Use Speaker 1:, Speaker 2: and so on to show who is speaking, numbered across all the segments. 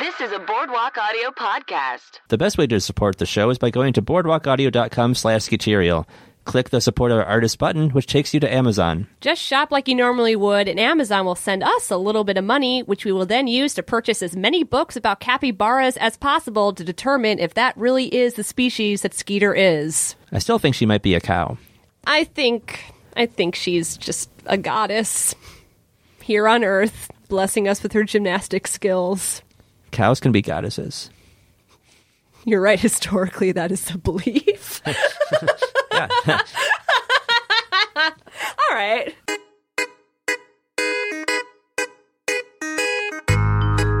Speaker 1: This is a Boardwalk Audio podcast.
Speaker 2: The best way to support the show is by going to boardwalkaudio.com slash Skeeterial. Click the support our artist button, which takes you to Amazon.
Speaker 3: Just shop like you normally would, and Amazon will send us a little bit of money, which we will then use to purchase as many books about capybaras as possible to determine if that really is the species that Skeeter is.
Speaker 2: I still think she might be a cow.
Speaker 3: I think, I think she's just a goddess here on Earth, blessing us with her gymnastic skills.
Speaker 2: Cows can be goddesses.
Speaker 3: You're right, historically, that is the belief. All right.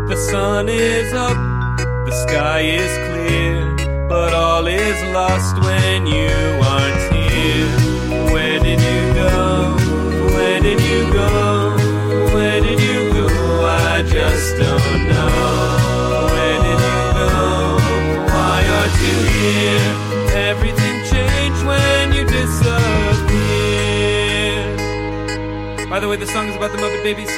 Speaker 4: The sun is up, the sky is clear, but all is lost when you aren't here. Where did you go? Where did you go? Where did you go? I just don't know. Where did you go? Why aren't you here? Everything changed when you disappeared. By the way, the song is about the Muppet Babies.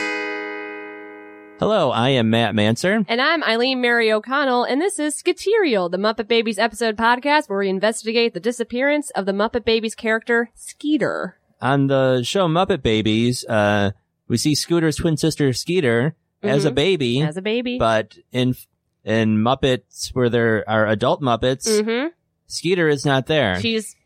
Speaker 2: Hello, I am Matt Manser.
Speaker 3: And I'm Eileen Mary O'Connell, and this is Skaterial, the Muppet Babies episode podcast where we investigate the disappearance of the Muppet Babies character Skeeter.
Speaker 2: On the show Muppet Babies, uh, we see Scooter's twin sister Skeeter as a baby,
Speaker 3: Mm-hmm. As a baby.
Speaker 2: but in in Muppets where there are adult Muppets,
Speaker 3: mm-hmm.
Speaker 2: Skeeter is not there.
Speaker 3: She's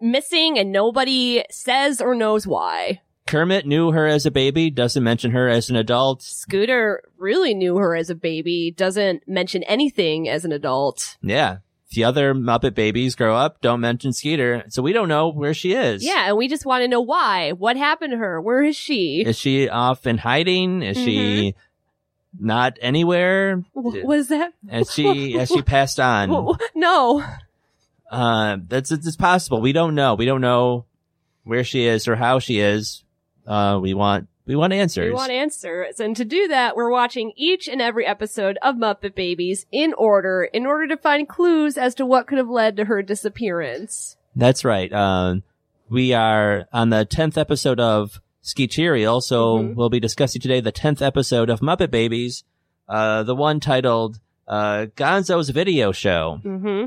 Speaker 3: missing and nobody says or knows why.
Speaker 2: Kermit knew her as a baby, doesn't mention her as an adult.
Speaker 3: Scooter really knew her as a baby, doesn't mention anything as an adult.
Speaker 2: Yeah. The other Muppet babies grow up, don't mention Skeeter, so we don't know where she is.
Speaker 3: Yeah, and we just want to know why. What happened to her? Where is she?
Speaker 2: Is she off in hiding? Is she
Speaker 3: Mm-hmm.
Speaker 2: not anywhere?
Speaker 3: What was that?
Speaker 2: Has she has she passed on?
Speaker 3: Wh- wh- No.
Speaker 2: Uh, that's it's it's possible. We don't know. We don't know where she is or how she is. Uh, we want we want answers.
Speaker 3: We want answers. And to do that, we're watching each and every episode of Muppet Babies in order, in order to find clues as to what could have led to her disappearance.
Speaker 2: That's right. Um, we are on the tenth episode of Skeeterial, so
Speaker 3: Mhm.
Speaker 2: we'll be discussing today the tenth episode of Muppet Babies, uh, the one titled uh, Gonzo's Video Show.
Speaker 3: Mm-hmm.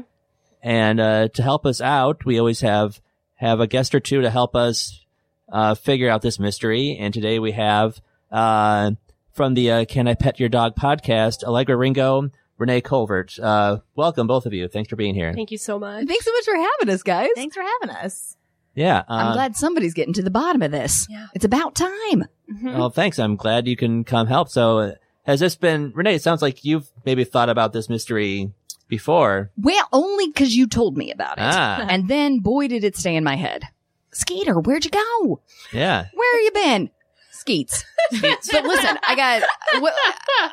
Speaker 2: And uh, to help us out, we always have have a guest or two to help us uh, figure out this mystery. And today we have uh, from the uh, Can I Pet Your Dog podcast, Allegra Ringo, Renee Colvert. Uh, welcome, both of you. Thanks for being here.
Speaker 3: Thank you so much.
Speaker 5: Thanks so much for having us, guys.
Speaker 6: Thanks for having us.
Speaker 2: yeah.
Speaker 5: I'm
Speaker 2: uh,
Speaker 5: glad somebody's getting to the bottom of this.
Speaker 3: Yeah.
Speaker 5: It's about time.
Speaker 3: Mhm.
Speaker 2: Well, thanks. I'm glad you can come help. So, uh, has this been Renee? It sounds like you've maybe thought about this mystery before.
Speaker 5: Well, only because you told me about it.
Speaker 2: Ah.
Speaker 5: And then, boy, did it stay in my head. Skeeter, where'd you go?
Speaker 2: Yeah.
Speaker 5: Where you been? Skeets. but listen, I got. Well,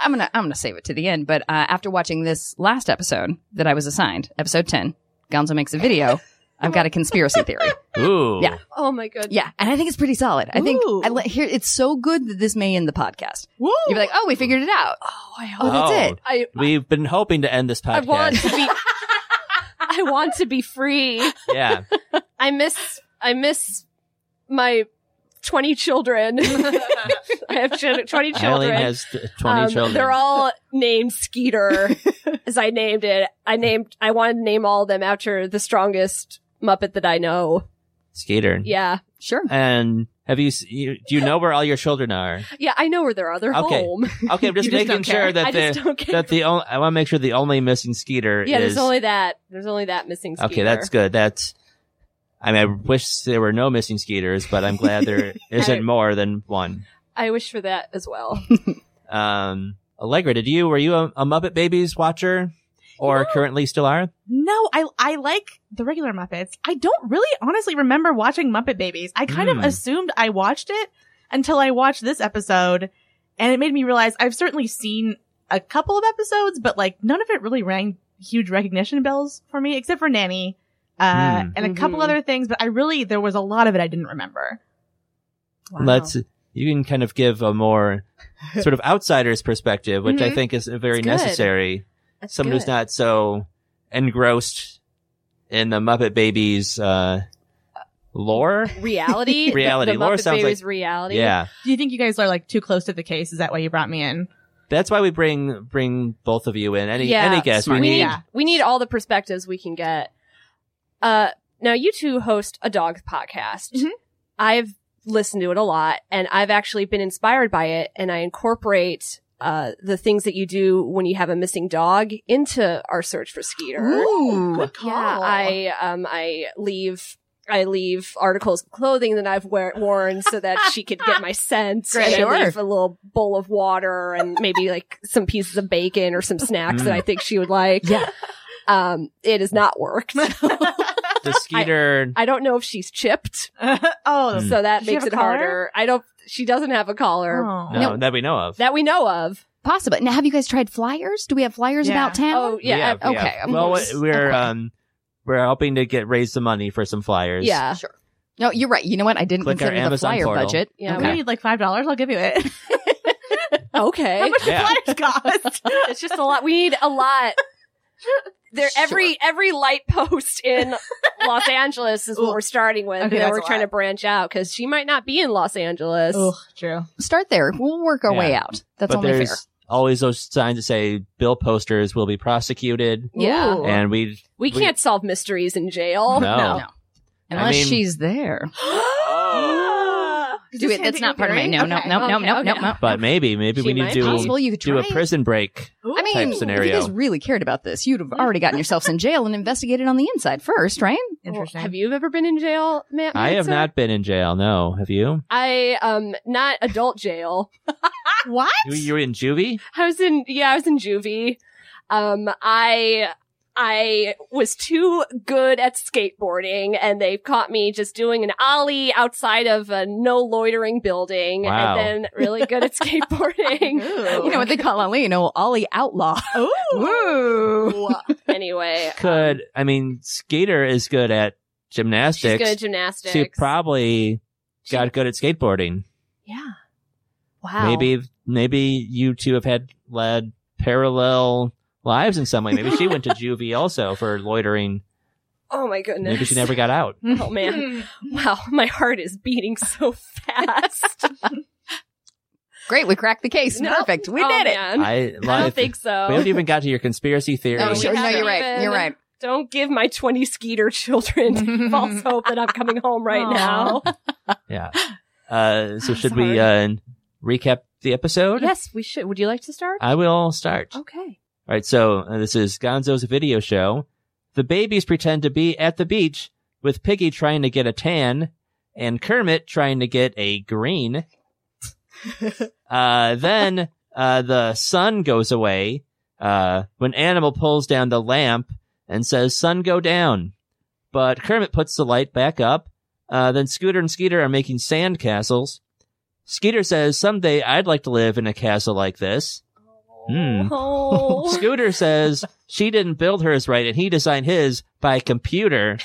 Speaker 5: I'm gonna. I'm gonna save it to the end. But uh, after watching this last episode that I was assigned, episode ten, Gonzo makes a video. I've got a conspiracy theory.
Speaker 2: Ooh.
Speaker 5: Yeah.
Speaker 3: Oh my goodness.
Speaker 5: Yeah, and I think it's pretty solid. I think
Speaker 6: Ooh.
Speaker 5: I let here. It's so good that this may end the podcast.
Speaker 6: Woo!
Speaker 5: You'd be like, oh, we figured it out.
Speaker 3: Oh, I
Speaker 5: Oh,
Speaker 3: hope.
Speaker 2: Oh.
Speaker 5: that's it.
Speaker 3: I,
Speaker 2: We've been hoping to end this
Speaker 3: I want
Speaker 2: podcast.
Speaker 3: to be. I want to be free.
Speaker 2: yeah.
Speaker 3: I miss. I miss my twenty children. I have ch- twenty
Speaker 2: Eileen
Speaker 3: children.
Speaker 2: has t- 20
Speaker 3: Um,
Speaker 2: children.
Speaker 3: They're all named Skeeter, as I named it. I named. I wanted to name all of them after the strongest Muppet that I know.
Speaker 2: Skater.
Speaker 3: Yeah,
Speaker 5: Sure.
Speaker 2: And have you, s- you, do you know where all your children are?
Speaker 3: yeah. I know where they are. They're
Speaker 2: Okay.
Speaker 3: home.
Speaker 2: Okay, I'm just
Speaker 5: You just
Speaker 2: making
Speaker 5: don't care.
Speaker 2: sure that
Speaker 3: I just
Speaker 2: the,
Speaker 3: don't care.
Speaker 2: that the only, I want to make sure the only missing Skeeter
Speaker 3: yeah,
Speaker 2: is.
Speaker 3: there's only that. There's only that missing. Skeeter.
Speaker 2: okay, that's good. That's, I mean, I wish there were no missing Skeeters, but I'm glad there isn't more than one.
Speaker 3: I wish for that as well.
Speaker 2: Um, Allegra, did you were you a, a Muppet Babies watcher, or currently still are?
Speaker 6: No, I I like the regular Muppets. I don't really honestly remember watching Muppet Babies. I kind
Speaker 2: Hmm.
Speaker 6: of assumed I watched it until I watched this episode and it made me realize I've certainly seen a couple of episodes, but like none of it really rang huge recognition bells for me except for Nanny. Uh,
Speaker 2: Hmm.
Speaker 6: and a couple
Speaker 3: Mhm.
Speaker 6: other things, but I really, there was a lot of it I didn't remember.
Speaker 2: Let's you can kind of give a more sort of outsider's perspective, which I think is very
Speaker 3: Mm-hmm. It's good.
Speaker 2: necessary.
Speaker 3: That's
Speaker 2: Someone who's
Speaker 3: good.
Speaker 2: not so engrossed in the Muppet Babies uh, lore.
Speaker 3: reality.
Speaker 2: Reality.
Speaker 3: The, the
Speaker 2: Laura
Speaker 3: Muppet
Speaker 2: sounds
Speaker 3: Babies
Speaker 2: like-
Speaker 3: reality.
Speaker 2: Yeah,
Speaker 6: Do you think you guys are like too close to the case? Is that why you brought me in?
Speaker 2: That's why we bring bring both of you in. Any
Speaker 3: Yeah,
Speaker 2: any guest we
Speaker 5: smart.
Speaker 3: we need
Speaker 2: need.
Speaker 6: Yeah.
Speaker 3: we need all the perspectives we can get. Uh, now you two host a dog podcast.
Speaker 5: Mm-hmm.
Speaker 6: Mhm.
Speaker 3: I've listened to it a lot, and I've actually been inspired by it, and I incorporate. Uh, the things that you do when you have a missing dog into our search for Skeeter.
Speaker 5: Ooh.
Speaker 6: Good call.
Speaker 3: Yeah, I um I leave I leave articles of clothing that I've wear- worn so that she could get my scent. and
Speaker 5: Great.
Speaker 3: I
Speaker 5: Sure.
Speaker 3: leave a little bowl of water and maybe like some pieces of bacon or some snacks that
Speaker 2: Mm.
Speaker 3: I think she would like.
Speaker 5: Yeah.
Speaker 3: Um, it has not worked.
Speaker 2: The Skeeter.
Speaker 3: I don't know if she's chipped,
Speaker 6: oh,
Speaker 2: Mm.
Speaker 3: so that
Speaker 6: Does she
Speaker 3: makes it
Speaker 6: have a collar?
Speaker 3: harder. I don't. She doesn't have a collar
Speaker 6: oh.
Speaker 2: no, that we know of.
Speaker 3: that we know of.
Speaker 5: Possible. Now, have you guys tried flyers? Do we have flyers
Speaker 6: Yeah.
Speaker 5: about town?
Speaker 3: Oh yeah,
Speaker 2: We have, we
Speaker 5: okay,
Speaker 2: have.
Speaker 5: I'm
Speaker 2: Well,
Speaker 5: just-
Speaker 2: we're
Speaker 5: okay.
Speaker 2: um we're hoping to get raise some money for some flyers.
Speaker 3: yeah.
Speaker 5: Sure. No, you're right. You know what? I didn't
Speaker 2: Click our
Speaker 5: consider the
Speaker 2: Amazon
Speaker 5: flyer
Speaker 2: portal.
Speaker 5: budget.
Speaker 3: Yeah,
Speaker 6: We
Speaker 5: Okay.
Speaker 6: need like five dollars. I'll give you it.
Speaker 3: Okay.
Speaker 6: How much do
Speaker 2: Yeah.
Speaker 6: flyers cost?
Speaker 3: It's just a lot. We need a lot. There, every every light post in Los Angeles is what
Speaker 6: Ooh.
Speaker 3: we're starting with,
Speaker 6: Okay,
Speaker 3: and then
Speaker 6: that's
Speaker 3: we're
Speaker 6: a
Speaker 3: trying
Speaker 6: lot.
Speaker 3: to branch out because she might not be in Los Angeles.
Speaker 6: Ugh, true.
Speaker 5: Start there. We'll work our
Speaker 2: Yeah.
Speaker 5: way out. That's
Speaker 2: but
Speaker 5: only
Speaker 2: there's
Speaker 5: fair.
Speaker 2: always those signs that say bill posters will be prosecuted,
Speaker 3: Yeah,
Speaker 6: Ooh.
Speaker 2: and we We-
Speaker 3: we can't solve mysteries in jail.
Speaker 2: No.
Speaker 5: No. Unless
Speaker 2: mean-
Speaker 5: she's there.
Speaker 6: Is
Speaker 5: Do
Speaker 3: Oh.
Speaker 6: this
Speaker 5: it. That's
Speaker 6: handing
Speaker 5: not
Speaker 6: you
Speaker 5: part of my.
Speaker 6: theory?
Speaker 5: No, no,
Speaker 6: Okay.
Speaker 5: no, no,
Speaker 3: Okay,
Speaker 5: no,
Speaker 3: okay.
Speaker 5: no, no.
Speaker 2: but maybe maybe
Speaker 3: She
Speaker 2: we
Speaker 3: might
Speaker 2: need to
Speaker 5: Possible you could
Speaker 2: do
Speaker 5: try.
Speaker 2: a prison break.
Speaker 5: I mean,
Speaker 2: scenario.
Speaker 5: if you guys really cared about this, you'd have already gotten yourselves in jail and investigated on the inside first, right?
Speaker 6: Interesting.
Speaker 3: Have you ever been in jail, Matt?
Speaker 2: I have
Speaker 3: Manson?
Speaker 2: not been in jail. No, have you?
Speaker 3: I um not adult jail.
Speaker 5: What?
Speaker 2: You, you were in juvie.
Speaker 3: I was in yeah, I was in juvie. Um I I was too good at skateboarding and they caught me just doing an ollie outside of a no loitering building
Speaker 2: Wow.
Speaker 3: and then really good at skateboarding.
Speaker 5: You know what they call Ali? You know, Ollie Outlaw. Ooh.
Speaker 3: anyway,
Speaker 2: Could I mean Skater is good at
Speaker 3: she's
Speaker 2: gymnastics.
Speaker 3: good at gymnastics.
Speaker 2: She probably got good at skateboarding.
Speaker 3: yeah. Wow.
Speaker 2: Maybe maybe you two have had led parallel lives in some way. Maybe she went to juvie also for loitering.
Speaker 3: Oh my goodness.
Speaker 2: Maybe she never got out.
Speaker 3: Oh man. Wow, my heart is beating so fast.
Speaker 5: Great. We cracked the case.
Speaker 3: No.
Speaker 5: Perfect. We
Speaker 3: Oh,
Speaker 5: did it.
Speaker 2: I,
Speaker 3: man. I
Speaker 2: live-
Speaker 3: don't think so.
Speaker 2: We haven't even got to your conspiracy theory.
Speaker 5: Oh,
Speaker 3: we
Speaker 5: sure. No,
Speaker 3: haven't
Speaker 5: you're right.
Speaker 3: even-
Speaker 5: You're right.
Speaker 3: Don't give my 20 Skeeter children false hope that I'm coming home right
Speaker 6: Aw.
Speaker 3: now.
Speaker 2: Yeah. Uh, so
Speaker 3: I'm
Speaker 2: should
Speaker 3: sorry.
Speaker 2: we uh, recap the episode?
Speaker 3: Yes, we should. Would you like to start?
Speaker 2: I will start.
Speaker 3: Okay.
Speaker 2: All right, so uh, this is Gonzo's video show. The babies pretend to be at the beach with Piggy trying to get a tan and Kermit trying to get a green. uh, then uh, the sun goes away uh, when Animal pulls down the lamp and says, Sun go down. But Kermit puts the light back up. Uh, then Scooter and Skeeter are making sand castles. Skeeter says, Someday I'd like to live in a castle like this. Hmm.
Speaker 3: Oh.
Speaker 2: Scooter says she didn't build hers right and he designed his by computer.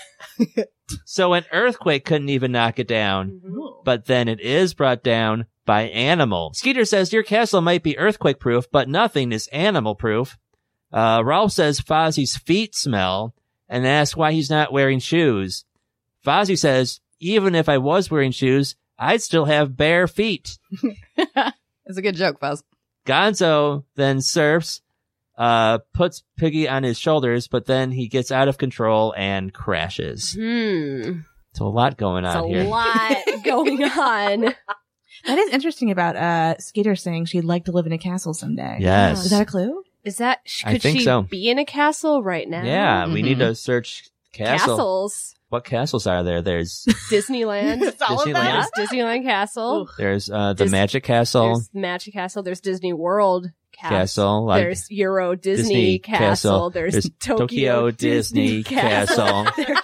Speaker 2: so an earthquake couldn't even knock it down. But then it is brought down by animal. Skeeter says your castle might be earthquake proof, but nothing is animal proof. Uh, Ralph says Fozzie's feet smell and asks why he's not wearing shoes. Fozzie says, even if I was wearing shoes, I'd still have bare feet.
Speaker 5: It's a good joke, Buzz.
Speaker 2: Gonzo then surfs, uh, puts Piggy on his shoulders, but then he gets out of control and crashes.
Speaker 3: Hmm.
Speaker 2: So a lot going
Speaker 3: It's a
Speaker 2: on here.
Speaker 3: lot going on.
Speaker 6: That is interesting about uh Skeeter saying she'd like to live in a castle someday.
Speaker 2: Yes.
Speaker 6: Oh, Is that a clue?
Speaker 3: Is that, sh-
Speaker 2: I
Speaker 3: could
Speaker 2: think
Speaker 3: she
Speaker 2: so.
Speaker 3: be in a castle right now?
Speaker 2: Yeah, we
Speaker 5: Mhm.
Speaker 6: Mm-hmm.
Speaker 2: need to search castle.
Speaker 3: Castles.
Speaker 2: What castles are there? There's
Speaker 3: Disneyland.
Speaker 6: It's all of
Speaker 2: Disneyland.
Speaker 6: that?
Speaker 3: There's Disneyland Castle.
Speaker 2: there's uh, the
Speaker 3: Dis-
Speaker 2: Magic Castle,
Speaker 3: There's Magic Castle. There's Disney World Castle.
Speaker 2: Castle, like
Speaker 3: There's Euro Disney,
Speaker 2: Disney
Speaker 3: Castle.
Speaker 2: Castle.
Speaker 3: There's,
Speaker 2: There's
Speaker 3: Tokyo,
Speaker 2: Tokyo Disney, Castle.
Speaker 3: There's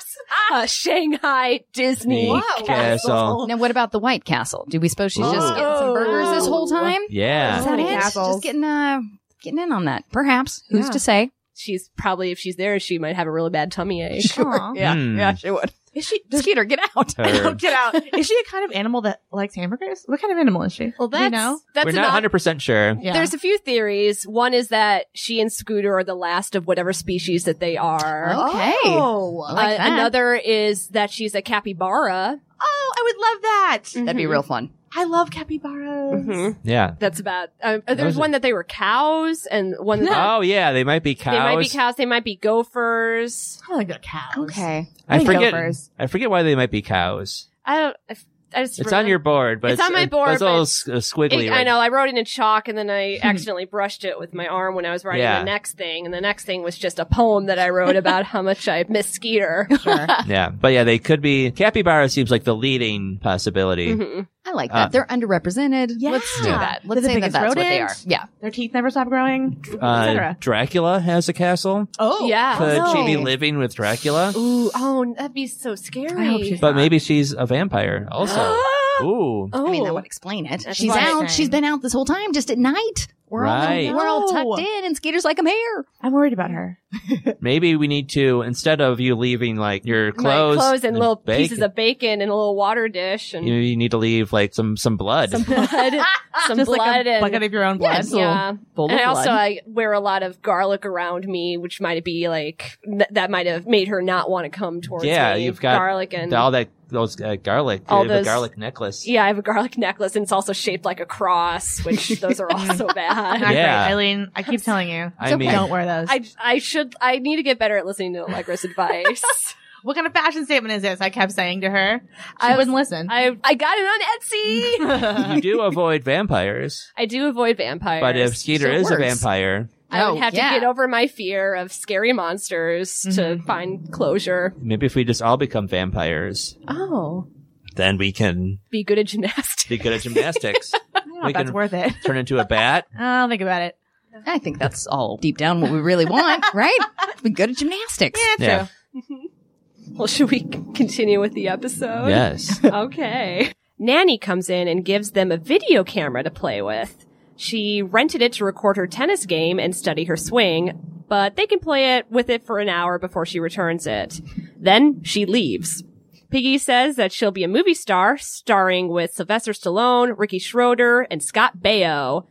Speaker 3: uh, Shanghai Disney
Speaker 2: Disney
Speaker 3: Castle.
Speaker 2: Castle.
Speaker 5: Now, what about the White Castle? Do we suppose she's just
Speaker 2: Ooh.
Speaker 5: getting some burgers this whole time?
Speaker 2: Yeah.
Speaker 5: Is
Speaker 6: Oh.
Speaker 5: that it?
Speaker 6: Castles.
Speaker 5: Just getting uh, getting in on that. Perhaps. Who's
Speaker 6: Yeah.
Speaker 5: to say?
Speaker 3: She's probably, if she's there, she might have a really bad tummy ache.
Speaker 6: Aw.
Speaker 5: Yeah.
Speaker 2: Hmm.
Speaker 5: Yeah, she would.
Speaker 6: Is she does
Speaker 5: Skeeter, get out.
Speaker 2: Her-
Speaker 6: get out? Is she a kind of animal that likes hamburgers? What kind of animal is she?
Speaker 3: Well,
Speaker 6: Do
Speaker 3: that's,
Speaker 6: you know?
Speaker 3: that's
Speaker 2: We're
Speaker 3: an
Speaker 2: not
Speaker 3: odd-
Speaker 2: 100% sure.
Speaker 6: Yeah.
Speaker 3: There's a few theories. One is that she and Scooter are the last of whatever species that they are.
Speaker 5: Okay.
Speaker 6: Oh,
Speaker 5: I like
Speaker 3: Uh,
Speaker 5: that.
Speaker 3: Another is that she's a capybara.
Speaker 6: oh, I would love that.
Speaker 5: That'd be
Speaker 3: Mhm.
Speaker 5: real fun.
Speaker 6: I love capybaras.
Speaker 3: Mhm.
Speaker 2: Yeah.
Speaker 3: That's about. Uh,
Speaker 2: was
Speaker 3: there's
Speaker 2: it?
Speaker 3: one that they were cows, and one that
Speaker 2: Oh yeah, they might be cows.
Speaker 3: they might be cows. They might be gophers.
Speaker 6: I like the cows.
Speaker 5: Okay.
Speaker 2: I
Speaker 5: think
Speaker 2: forget.
Speaker 5: gophers.
Speaker 2: I forget why they might be cows.
Speaker 3: I don't. I, I just
Speaker 2: It's on your board, but
Speaker 3: It's on my board,
Speaker 2: It's all
Speaker 3: but-
Speaker 2: s- uh, squiggly.
Speaker 3: It- I
Speaker 2: right?
Speaker 3: know. I wrote it in chalk, and then I accidentally brushed it with my arm when I was writing
Speaker 2: Yeah.
Speaker 3: the next thing. And the next thing was just a poem that I wrote about how much I miss Skeeter.
Speaker 5: Sure.
Speaker 2: Yeah, but yeah, they could be. Capybara seems like the leading possibility.
Speaker 3: Mhm.
Speaker 5: I like
Speaker 2: Uh,
Speaker 5: that. They're underrepresented. Let's do
Speaker 6: Yeah.
Speaker 5: that.
Speaker 6: They're
Speaker 5: Let's
Speaker 6: the
Speaker 5: say that
Speaker 6: biggest
Speaker 5: that's what they are.
Speaker 6: rodent.
Speaker 5: Yeah.
Speaker 6: Their teeth never stop growing,
Speaker 2: Uh,
Speaker 6: etc.
Speaker 2: Dracula has a castle.
Speaker 6: Oh,
Speaker 3: Yeah.
Speaker 2: Could
Speaker 5: no.
Speaker 2: she be living with Dracula?
Speaker 3: Ooh, oh, that'd be so scary.
Speaker 6: I hope she's
Speaker 2: But maybe she's a vampire also. Ooh.
Speaker 3: oh,
Speaker 5: I mean, that would explain it.
Speaker 3: That's
Speaker 5: She's
Speaker 3: what I'm
Speaker 5: out.
Speaker 6: saying.
Speaker 5: She's been out this whole time, just at night. We're
Speaker 2: Right.
Speaker 5: all we're all tucked
Speaker 6: No.
Speaker 5: in, and Skeeter's like, I'm here.
Speaker 6: I'm worried about her.
Speaker 2: Maybe we need to instead of you leaving like your
Speaker 3: my
Speaker 2: clothes,
Speaker 3: clothes and little
Speaker 2: bacon,
Speaker 3: pieces of bacon and a little water dish and
Speaker 2: you, you need to leave like some some blood.
Speaker 3: some blood, some
Speaker 6: Just
Speaker 3: blood
Speaker 6: like a
Speaker 3: and
Speaker 6: bucket of your own blood.
Speaker 5: Yes.
Speaker 3: yeah.
Speaker 5: Bowl
Speaker 3: And I also I wear a lot of garlic around me, which might be like th- that might have made her not want to come towards
Speaker 2: Yeah,
Speaker 3: me.
Speaker 2: you've got
Speaker 3: garlic and
Speaker 2: all that those uh, garlic,
Speaker 3: All
Speaker 2: you have a
Speaker 3: those-
Speaker 2: garlic necklace.
Speaker 3: yeah, I have a garlic necklace and it's also shaped like a cross, which those are also
Speaker 6: Not
Speaker 3: bad.
Speaker 2: Yeah.
Speaker 6: great, Eileen. I keep telling you,
Speaker 2: I mean,
Speaker 6: don't wear those.
Speaker 3: I I should I need to get better at listening to Allegra's advice.
Speaker 6: what kind of fashion statement is this? I kept saying to her. She
Speaker 3: I was-
Speaker 6: wouldn't listen.
Speaker 3: I I got it on Etsy.
Speaker 2: you do avoid vampires,
Speaker 3: I do avoid vampires,
Speaker 2: but if Skeeter
Speaker 5: So it
Speaker 2: is a
Speaker 5: works.
Speaker 2: vampire,
Speaker 3: I would
Speaker 5: Oh,
Speaker 3: have
Speaker 5: yeah. Mm-hmm.
Speaker 3: to get over my fear of scary monsters to find closure.
Speaker 2: maybe if we just all become vampires,
Speaker 3: Oh,
Speaker 2: then we can
Speaker 3: be good at gymnastics.
Speaker 2: be good at gymnastics.
Speaker 6: I don't know
Speaker 2: we
Speaker 6: if Oh, that's
Speaker 2: can-
Speaker 6: worth it.
Speaker 2: Turn into a bat.
Speaker 6: I'll think about it.
Speaker 5: I think that's all deep down what we really want, right? We go to gymnastics.
Speaker 6: Yeah,
Speaker 2: Yeah.
Speaker 6: true.
Speaker 3: Well, should we c- continue with the episode?
Speaker 2: Yes.
Speaker 3: okay. Nanny comes in and gives them a video camera to play with. She rented it to record her tennis game and study her swing, but they can play it with it for an hour before she returns it. Then she leaves. Piggy says that she'll be a movie star, starring with Sylvester Stallone, Ricky Schroeder, and Scott Baio.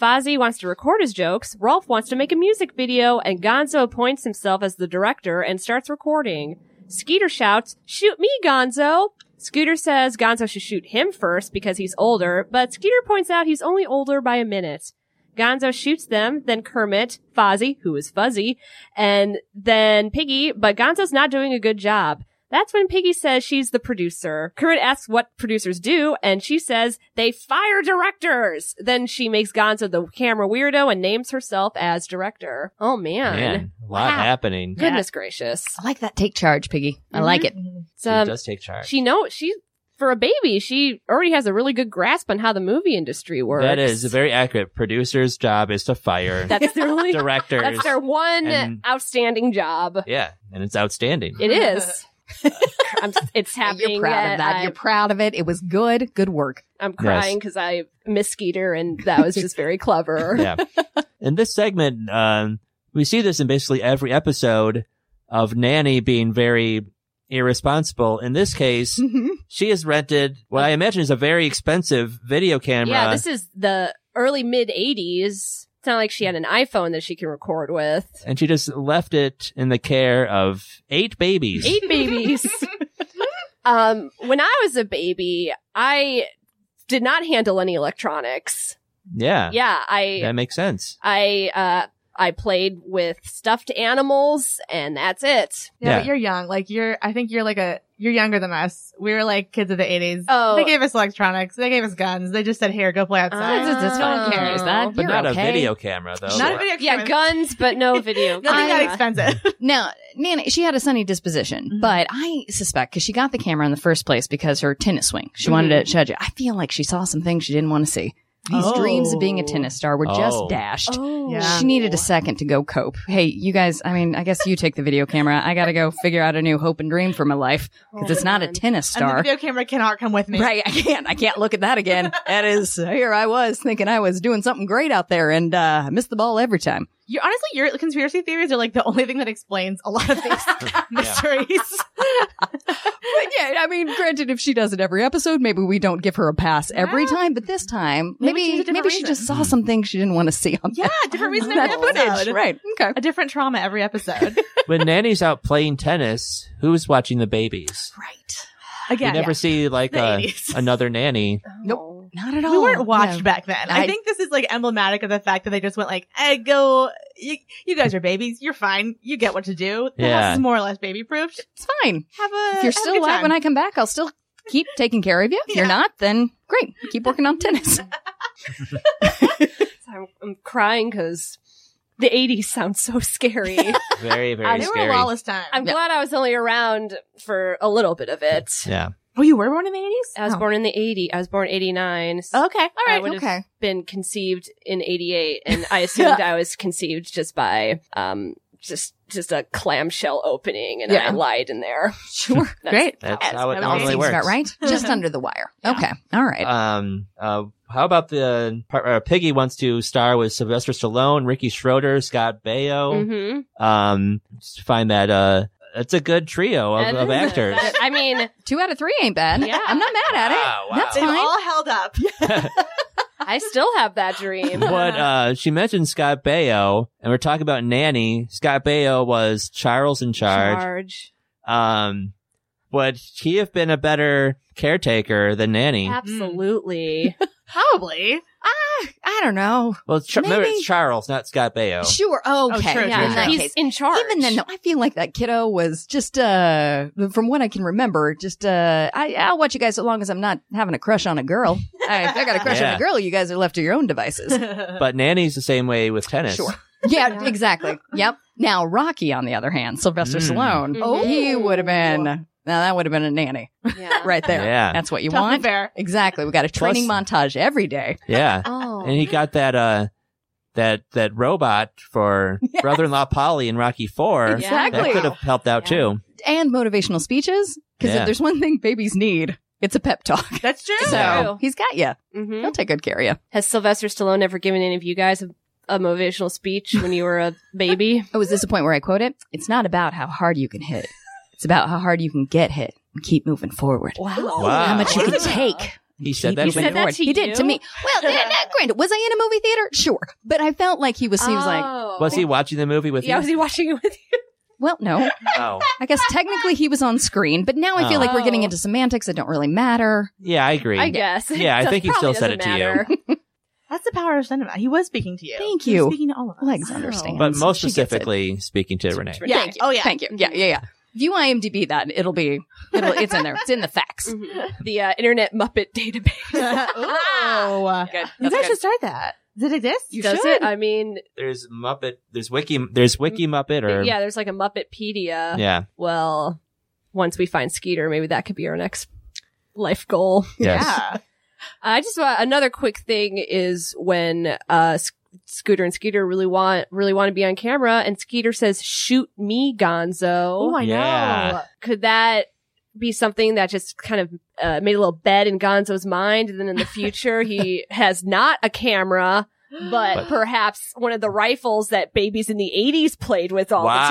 Speaker 3: Fozzie wants to record his jokes, Rolf wants to make a music video, and Gonzo appoints himself as the director and starts recording. Skeeter shouts, Shoot me, Gonzo! Scooter says Gonzo should shoot him first because he's older, but Skeeter points out he's only older by a minute. Gonzo shoots them, then Kermit, Fozzie, who is fuzzy, and then Piggy, but Gonzo's not doing a good job. That's when Piggy says she's the producer. Kermit asks what producers do, and she says they fire directors. Then she makes Gonzo the camera weirdo and names herself as director. Oh man.
Speaker 2: Man, a lot
Speaker 3: Wow.
Speaker 2: happening.
Speaker 3: Goodness gracious.
Speaker 5: I like that. Take charge, Piggy. I like it.
Speaker 3: It's,
Speaker 2: She
Speaker 3: um,
Speaker 2: does take charge.
Speaker 3: she knows she for a baby she already has a really good grasp on how the movie industry works
Speaker 2: that is very accurate. Producer's job is to fire
Speaker 3: that's their only
Speaker 2: directors.
Speaker 3: that's their one
Speaker 2: and-
Speaker 3: outstanding job
Speaker 2: yeah, and it's outstanding.
Speaker 3: it is I'm, it's happening
Speaker 5: You're proud of
Speaker 3: yet.
Speaker 5: that.
Speaker 3: I,
Speaker 5: You're proud of it. It was good. Good work.
Speaker 3: i'm crying because i miss skeeter and that was just very clever
Speaker 2: yeah. In this segment, um, we see this in basically every episode of Nanny being very irresponsible. In this case, she has rented what I imagine is a very expensive video camera.
Speaker 3: yeah this is the early mid 80s it's not like she had an iphone that she can record with
Speaker 2: and she just left it in the care of eight babies.
Speaker 3: eight babies. um, when I was a baby, I did not handle any electronics.
Speaker 2: Yeah,
Speaker 3: Yeah, I
Speaker 2: That makes sense.
Speaker 3: I uh I played with stuffed animals and that's it.
Speaker 6: Yeah,
Speaker 2: Yeah.
Speaker 6: but you're young. Like you're. I think you're like a. You're younger than us. We were like kids of the '80s.
Speaker 3: Oh.
Speaker 6: they gave us electronics. They gave us guns. They just said, "Here, go play outside."
Speaker 3: Ah.
Speaker 6: no one cares.
Speaker 5: Use
Speaker 3: Oh.
Speaker 5: that.
Speaker 2: But
Speaker 5: You're
Speaker 2: not
Speaker 5: okay.
Speaker 2: a video camera though.
Speaker 6: Not a video
Speaker 3: Yeah,
Speaker 6: camera.
Speaker 3: guns but no video.
Speaker 6: Nothing that
Speaker 3: camera.
Speaker 6: expensive.
Speaker 5: Now, Nana, she had a sunny disposition,
Speaker 6: Mhm.
Speaker 5: but I suspect because she got the camera in the first place because her tennis swing. She wanted to judge it. I feel like she saw some things she didn't want to see. These
Speaker 6: Oh.
Speaker 5: dreams of being a tennis star were just
Speaker 2: Oh.
Speaker 5: dashed.
Speaker 3: Oh.
Speaker 6: Yeah.
Speaker 5: She needed a second to go cope. Hey, you guys, I mean, I guess you take the video camera. I got to go figure out a new hope and dream for my life because it's not a
Speaker 3: man.
Speaker 5: tennis
Speaker 6: And the
Speaker 5: star.
Speaker 6: video camera cannot come with me.
Speaker 5: Right. I can't. I can't look at that again. That is here I was thinking I was doing something great out there and uh I missed the ball every time.
Speaker 6: You honestly, your conspiracy theories are like the only thing that explains a lot of these mysteries.
Speaker 5: But yeah, I mean, granted, if she does it every episode, maybe we don't give her a pass every
Speaker 6: Well,
Speaker 5: time. But this time,
Speaker 6: maybe
Speaker 5: maybe
Speaker 6: she's a
Speaker 5: maybe,
Speaker 6: different
Speaker 5: she
Speaker 6: reason.
Speaker 5: just saw some things she didn't want to see on
Speaker 6: yeah, different reason every
Speaker 5: that
Speaker 6: episode.
Speaker 5: footage. Right. Okay.
Speaker 6: A different trauma every episode.
Speaker 2: when Nanny's out playing tennis, who's watching the babies?
Speaker 5: Right.
Speaker 2: You
Speaker 6: Again,
Speaker 2: never see like
Speaker 6: The
Speaker 2: a,
Speaker 6: 80s.
Speaker 2: another nanny.
Speaker 5: Nope. Not at all.
Speaker 6: We weren't watched
Speaker 5: No.
Speaker 6: back then. I,
Speaker 5: I-
Speaker 6: think this is like emblematic of the fact that they just went like, hey, go, you, you guys are babies. You're fine. You get what to do. The
Speaker 2: Yeah.
Speaker 6: house is more or less baby proofed.
Speaker 5: It's fine.
Speaker 6: Uh, Have a,
Speaker 5: If you're still alive when I come back, I'll still keep taking care of you. If you're
Speaker 6: Yeah.
Speaker 5: not, then great. Keep working on tennis.
Speaker 3: I'm, I'm crying because the 80s sounds so scary.
Speaker 2: Very, very
Speaker 3: Uh,
Speaker 6: They
Speaker 2: scary.
Speaker 6: were a lawless time.
Speaker 3: I'm
Speaker 5: Yeah.
Speaker 3: glad I was only around for a little bit of it.
Speaker 2: yeah.
Speaker 6: oh, you were born in the 80s?
Speaker 3: I was
Speaker 6: Oh.
Speaker 3: born in the 80s. I was born 89. so
Speaker 6: Oh, okay. All
Speaker 3: I
Speaker 6: right.
Speaker 3: would
Speaker 5: okay.
Speaker 3: have been conceived in 88 and I assumed I was conceived just by um just just a clamshell opening and
Speaker 5: Yeah.
Speaker 3: I lied in there.
Speaker 5: Sure.
Speaker 3: That's-
Speaker 6: Great.
Speaker 2: That's
Speaker 6: Yes,
Speaker 2: how it
Speaker 6: that was
Speaker 5: That
Speaker 2: normally
Speaker 5: seems
Speaker 2: works.
Speaker 5: about right. Just under the wire. Okay. All right.
Speaker 2: Um, uh, how about the part where Piggy wants to star with Sylvester Stallone, Ricky Schroeder, Scott Baio?
Speaker 3: Mhm.
Speaker 2: Um, just find that, uh, it's a good trio of,
Speaker 3: That
Speaker 2: of
Speaker 3: is-
Speaker 2: actors.
Speaker 3: that- I mean,
Speaker 5: Two out of three ain't bad.
Speaker 3: Yeah.
Speaker 5: I'm not mad at it.
Speaker 2: Wow, wow.
Speaker 5: That's
Speaker 6: They've
Speaker 5: fine.
Speaker 6: all held up.
Speaker 3: I still have that dream.
Speaker 2: but uh, she mentioned Scott Baio, and we're talking about Nanny. Scott Baio was Charles in charge.
Speaker 3: Charge.
Speaker 2: Um, would he have been a better caretaker than Nanny?
Speaker 3: Absolutely.
Speaker 6: Probably.
Speaker 5: I don't know. Oh,
Speaker 2: well, Char- remember
Speaker 5: maybe-
Speaker 2: it's Charles, not Scott Baio.
Speaker 5: Sure. Okay.
Speaker 6: true,
Speaker 5: yeah,
Speaker 6: true,
Speaker 5: in that
Speaker 3: he's
Speaker 5: case.
Speaker 3: in charge.
Speaker 5: Even then, though, I feel like that kiddo was just, uh, from what I can remember, just, uh, I, I'll watch you guys so long as I'm not having a crush on a girl. I, if I got a crush on
Speaker 2: Yeah.
Speaker 5: a girl, you guys are left to your own devices.
Speaker 2: But Nanny's the same way with tennis.
Speaker 5: Sure. Yeah,
Speaker 6: Yeah.
Speaker 5: exactly. Yep. Now, Rocky, on the other hand, Sylvester
Speaker 2: Mm.
Speaker 5: Stallone,
Speaker 6: Mm-hmm.
Speaker 3: Oh.
Speaker 5: he would have been, now that would have been a nanny
Speaker 3: yeah.
Speaker 5: right there.
Speaker 2: Yeah.
Speaker 5: That's what you
Speaker 6: Tough and
Speaker 5: want.
Speaker 6: fair.
Speaker 5: Exactly. We got a training montage every day.
Speaker 2: Yeah.
Speaker 3: Oh.
Speaker 2: And he got that uh that that robot for
Speaker 5: Yes.
Speaker 2: brother-in-law Polly in Rocky 4.
Speaker 3: Yeah.
Speaker 2: That
Speaker 5: Exactly.
Speaker 2: could have helped out
Speaker 3: Yeah.
Speaker 2: too.
Speaker 5: and motivational speeches. Because
Speaker 2: Yeah.
Speaker 5: if there's one thing babies need, it's a pep talk.
Speaker 6: That's true. Mm-hmm.
Speaker 5: So
Speaker 3: True.
Speaker 5: he's got you.
Speaker 3: Mhm.
Speaker 5: He'll take good care of you.
Speaker 3: Has Sylvester Stallone ever given any of you guys a, a motivational speech when you were a baby?
Speaker 5: Oh, is this the point where I quote it? It's not about how hard you can hit. It's about how hard you can get hit and keep moving forward.
Speaker 3: Wow.
Speaker 2: Wow.
Speaker 5: How much you can
Speaker 6: Wow.
Speaker 5: take.
Speaker 2: He said
Speaker 5: keep
Speaker 2: that to me.
Speaker 5: moving
Speaker 3: He said that
Speaker 5: forward.
Speaker 3: to
Speaker 5: he did to
Speaker 3: you?
Speaker 5: me. Well, yeah, now, granted, was I in a movie theater? Sure, but I felt like he was. He was
Speaker 3: Oh.
Speaker 5: like,
Speaker 2: Was he watching the movie with
Speaker 3: Yeah, was
Speaker 2: you?
Speaker 3: he watching it with you?
Speaker 5: well, no.
Speaker 2: oh.
Speaker 5: I guess technically he was on screen, but now I feel like we're getting
Speaker 3: Oh.
Speaker 5: into semantics. It don't really matter.
Speaker 2: Yeah, I agree.
Speaker 3: I guess.
Speaker 2: Yeah, I
Speaker 3: It
Speaker 2: think he still
Speaker 3: probably
Speaker 2: said
Speaker 3: doesn't
Speaker 2: it to you.
Speaker 3: matter.
Speaker 6: That's the power of cinema. He was speaking to you.
Speaker 5: Thank
Speaker 6: He was
Speaker 5: you.
Speaker 6: speaking to all of us.
Speaker 5: Legs understand.
Speaker 2: But most
Speaker 5: She gets it.
Speaker 2: specifically speaking to Renee.
Speaker 3: Renee.
Speaker 5: Yeah.
Speaker 6: Yeah.
Speaker 5: Thank you.
Speaker 6: Oh, yeah.
Speaker 5: Thank you. Yeah, yeah, yeah. If you IMDb that, it'll be it'll, it's in there. It's in the facts.
Speaker 3: Mhm. the uh, Internet Muppet Database.
Speaker 6: oh.
Speaker 5: Good.
Speaker 6: You
Speaker 5: That's
Speaker 6: guys
Speaker 5: good.
Speaker 6: should start that. Does it exist?
Speaker 5: You
Speaker 3: Does
Speaker 5: should.
Speaker 3: it? I mean,
Speaker 2: There's Muppet. There's Wiki. There's Wiki Muppet or
Speaker 3: Mm, yeah, there's like a Muppetpedia.
Speaker 2: yeah.
Speaker 3: Well, once we find Skeeter, maybe that could be our next life goal.
Speaker 2: Yes.
Speaker 6: Yeah.
Speaker 3: I just want another quick thing is when uh Sc- Scooter and Skeeter really want really want to be on camera, and Skeeter says, "Shoot me, Gonzo."
Speaker 6: Oh, I
Speaker 2: Yeah.
Speaker 3: Could that be something that just kind of uh, made a little bed in Gonzo's mind, and then in the future he has not a camera. But,
Speaker 2: But-
Speaker 3: perhaps one of the rifles that babies in the 80s played with all
Speaker 2: Wow.
Speaker 3: the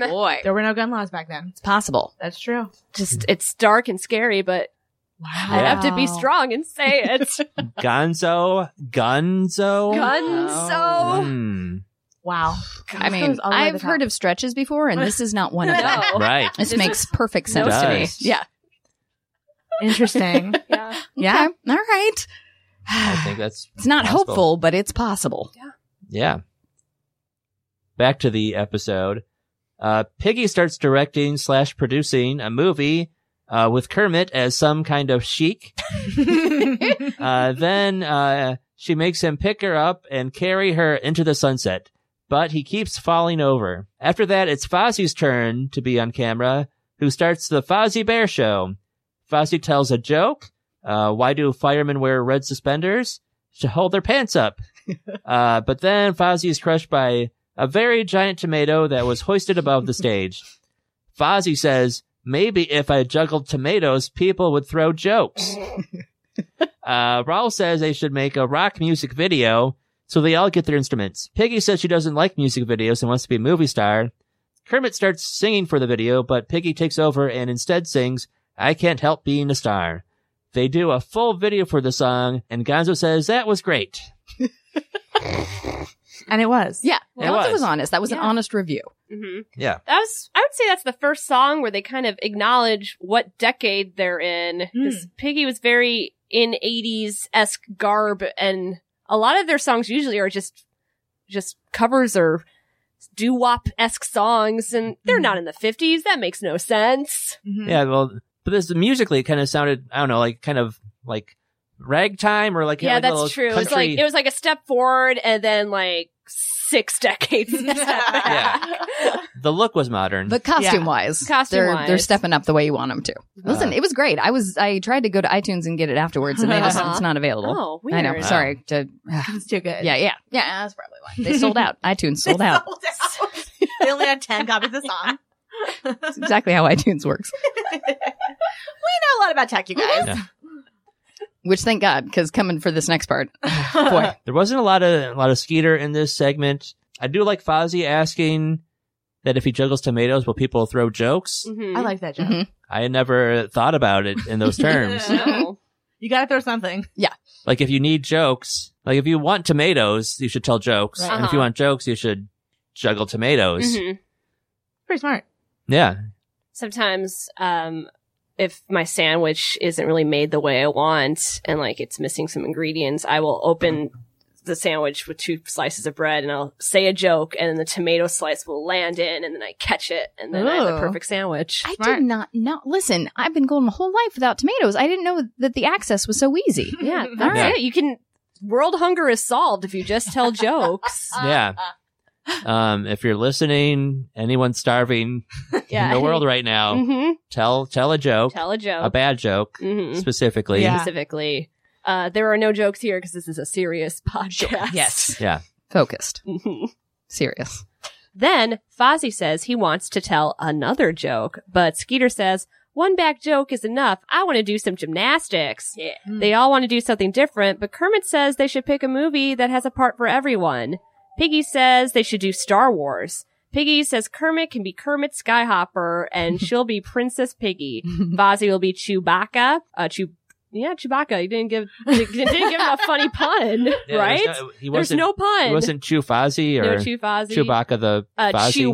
Speaker 3: time.
Speaker 5: Boy,
Speaker 6: know. There were no gun laws back then.
Speaker 5: it's possible.
Speaker 6: That's true.
Speaker 3: Just, it's dark and scary, but I'd have to be
Speaker 5: Wow.
Speaker 3: strong and say it.
Speaker 2: Gonzo.
Speaker 5: Oh,
Speaker 2: Gonzo.
Speaker 3: Gonzo.
Speaker 2: Hmm.
Speaker 6: Wow.
Speaker 5: I mean, I've heard of stretches before, and this is not one of them.
Speaker 3: No.
Speaker 2: Right.
Speaker 5: This
Speaker 3: This
Speaker 5: makes perfect
Speaker 2: No
Speaker 5: sense to me.
Speaker 2: sense.
Speaker 5: Yeah.
Speaker 6: Interesting.
Speaker 3: Yeah.
Speaker 5: Yeah. All right.
Speaker 2: I think that's
Speaker 5: It's not
Speaker 2: Possible.
Speaker 5: hopeful, but it's possible.
Speaker 2: Yeah. Back to the episode. Uh, Piggy starts directing slash producing a movie uh, with Kermit as some kind of sheik. Uh, then uh, she makes him pick her up and carry her into the sunset, but he keeps falling over. After that, it's Fozzie's turn to be on camera, who starts the Fozzie Bear Show. Fozzie tells a joke. Uh, why do firemen wear red suspenders? To hold their pants up. uh, but then Fozzie is crushed by a very giant tomato that was hoisted above the stage. Fozzie says, maybe if I juggled tomatoes, people would throw jokes. Uh, Raul says they should make a rock music video so they all get their instruments. Piggy says she doesn't like music videos and wants to be a movie star. Kermit starts singing for the video, but Piggy takes over and instead sings, I Can't Help Being a Star. They do a full video for the song, and Gonzo says that was great.
Speaker 6: and it was.
Speaker 5: Yeah. Well,
Speaker 2: was.
Speaker 5: it was honest. That was an
Speaker 3: Yeah.
Speaker 5: honest review.
Speaker 3: Mm-hmm.
Speaker 2: Yeah.
Speaker 3: That was, I would say that's the
Speaker 5: Hmm.
Speaker 3: first song where they kind of acknowledge what decade they're in. 'Cause Piggy was very in 80s esque garb and a lot of their songs usually are just just covers or doo wop esque songs and they're
Speaker 6: Mhm.
Speaker 3: not
Speaker 5: Hmm.
Speaker 3: in the 50s. That makes no sense.
Speaker 6: Mhm.
Speaker 2: Yeah, well, but this musically kind of sounded, I don't know, like kind of like ragtime or like
Speaker 3: yeah,
Speaker 2: like a little
Speaker 3: that's true. It's like
Speaker 2: country-
Speaker 3: it was like a step forward and then like six decades. step back.
Speaker 2: the look was modern.
Speaker 5: But costume wise, they're
Speaker 3: Costume-wise.
Speaker 5: they're stepping up the way you want them to. Listen,
Speaker 2: Uh,
Speaker 5: it was great. I was I tried to go to iTunes and get it afterwards, and they just
Speaker 3: Uh-huh.
Speaker 5: it's not available.
Speaker 3: Oh, weird.
Speaker 5: I know.
Speaker 2: Wow.
Speaker 5: Sorry to. ugh.
Speaker 6: It's too good.
Speaker 5: yeah, yeah, yeah. That's probably why they sold out. iTunes sold out.
Speaker 6: Sold out. they only had 10 copies of the song. we
Speaker 5: That's exactly how iTunes works.
Speaker 6: know a lot about tech, you guys.
Speaker 2: Yeah.
Speaker 5: Which thank God, because coming for this next part, boy,
Speaker 2: there wasn't a lot of a lot of Skeeter in this segment. I do like Fozzie asking that if he juggles tomatoes, will people throw jokes?
Speaker 3: Mhm.
Speaker 6: I like that joke.
Speaker 5: Mhm.
Speaker 2: I had never thought about it in those terms.
Speaker 6: Yeah.
Speaker 3: No.
Speaker 6: You gotta throw something.
Speaker 2: Like if you need jokes, like if you want tomatoes, you should tell jokes.
Speaker 6: Right.
Speaker 2: And if you
Speaker 3: Uh-huh.
Speaker 2: want jokes, you should juggle tomatoes.
Speaker 3: Mhm.
Speaker 6: Pretty smart.
Speaker 2: Yeah.
Speaker 3: Sometimes, um, if my sandwich isn't really made the way I want and like it's missing some ingredients, I will open the sandwich with two slices of bread and I'll say a joke and then the tomato slice will land in and then I catch it and then I have the
Speaker 6: Ooh.
Speaker 3: perfect sandwich.
Speaker 5: I
Speaker 6: Smart.
Speaker 5: did not know. Listen, I've been going my whole life without tomatoes. I didn't know that the access was so easy.
Speaker 3: Yeah,
Speaker 6: All
Speaker 3: that's
Speaker 2: right.
Speaker 3: it. You can world hunger is solved if you just tell jokes.
Speaker 2: Yeah.
Speaker 3: uh.
Speaker 2: Um, if you're listening, anyone starving in the world right now,
Speaker 3: hmm
Speaker 2: tell tell a joke,
Speaker 3: Tell a joke.
Speaker 2: a bad joke
Speaker 3: hmm
Speaker 2: specifically.
Speaker 6: Yeah.
Speaker 3: Specifically, uh, there are no jokes here because this is a serious podcast.
Speaker 2: Yeah.
Speaker 5: Focused.
Speaker 3: Mhm.
Speaker 5: Serious.
Speaker 3: Then Fozzie says he wants to tell another joke, but Skeeter says, one back joke is enough. I want to do some gymnastics. Yeah.
Speaker 6: Mm-hmm.
Speaker 5: uh,
Speaker 3: They all want to do something different, but Kermit says they should pick a movie that has a part for everyone. Piggy says they should do Star Wars. Piggy says Kermit can be Kermit Skyhopper and she'll be Princess Piggy. Fozzie will be Chewbacca. Uh, Chew- yeah, Chewbacca. You didn't give, didn't give him a funny pun,
Speaker 2: Yeah,
Speaker 3: right?
Speaker 2: There's no, he
Speaker 3: There's
Speaker 2: wasn't,
Speaker 3: no pun.
Speaker 2: He wasn't Chew Fozzie
Speaker 3: no
Speaker 2: or
Speaker 3: Chew Fozzie.
Speaker 2: Chewbacca the
Speaker 3: Uh,
Speaker 2: Fozzie.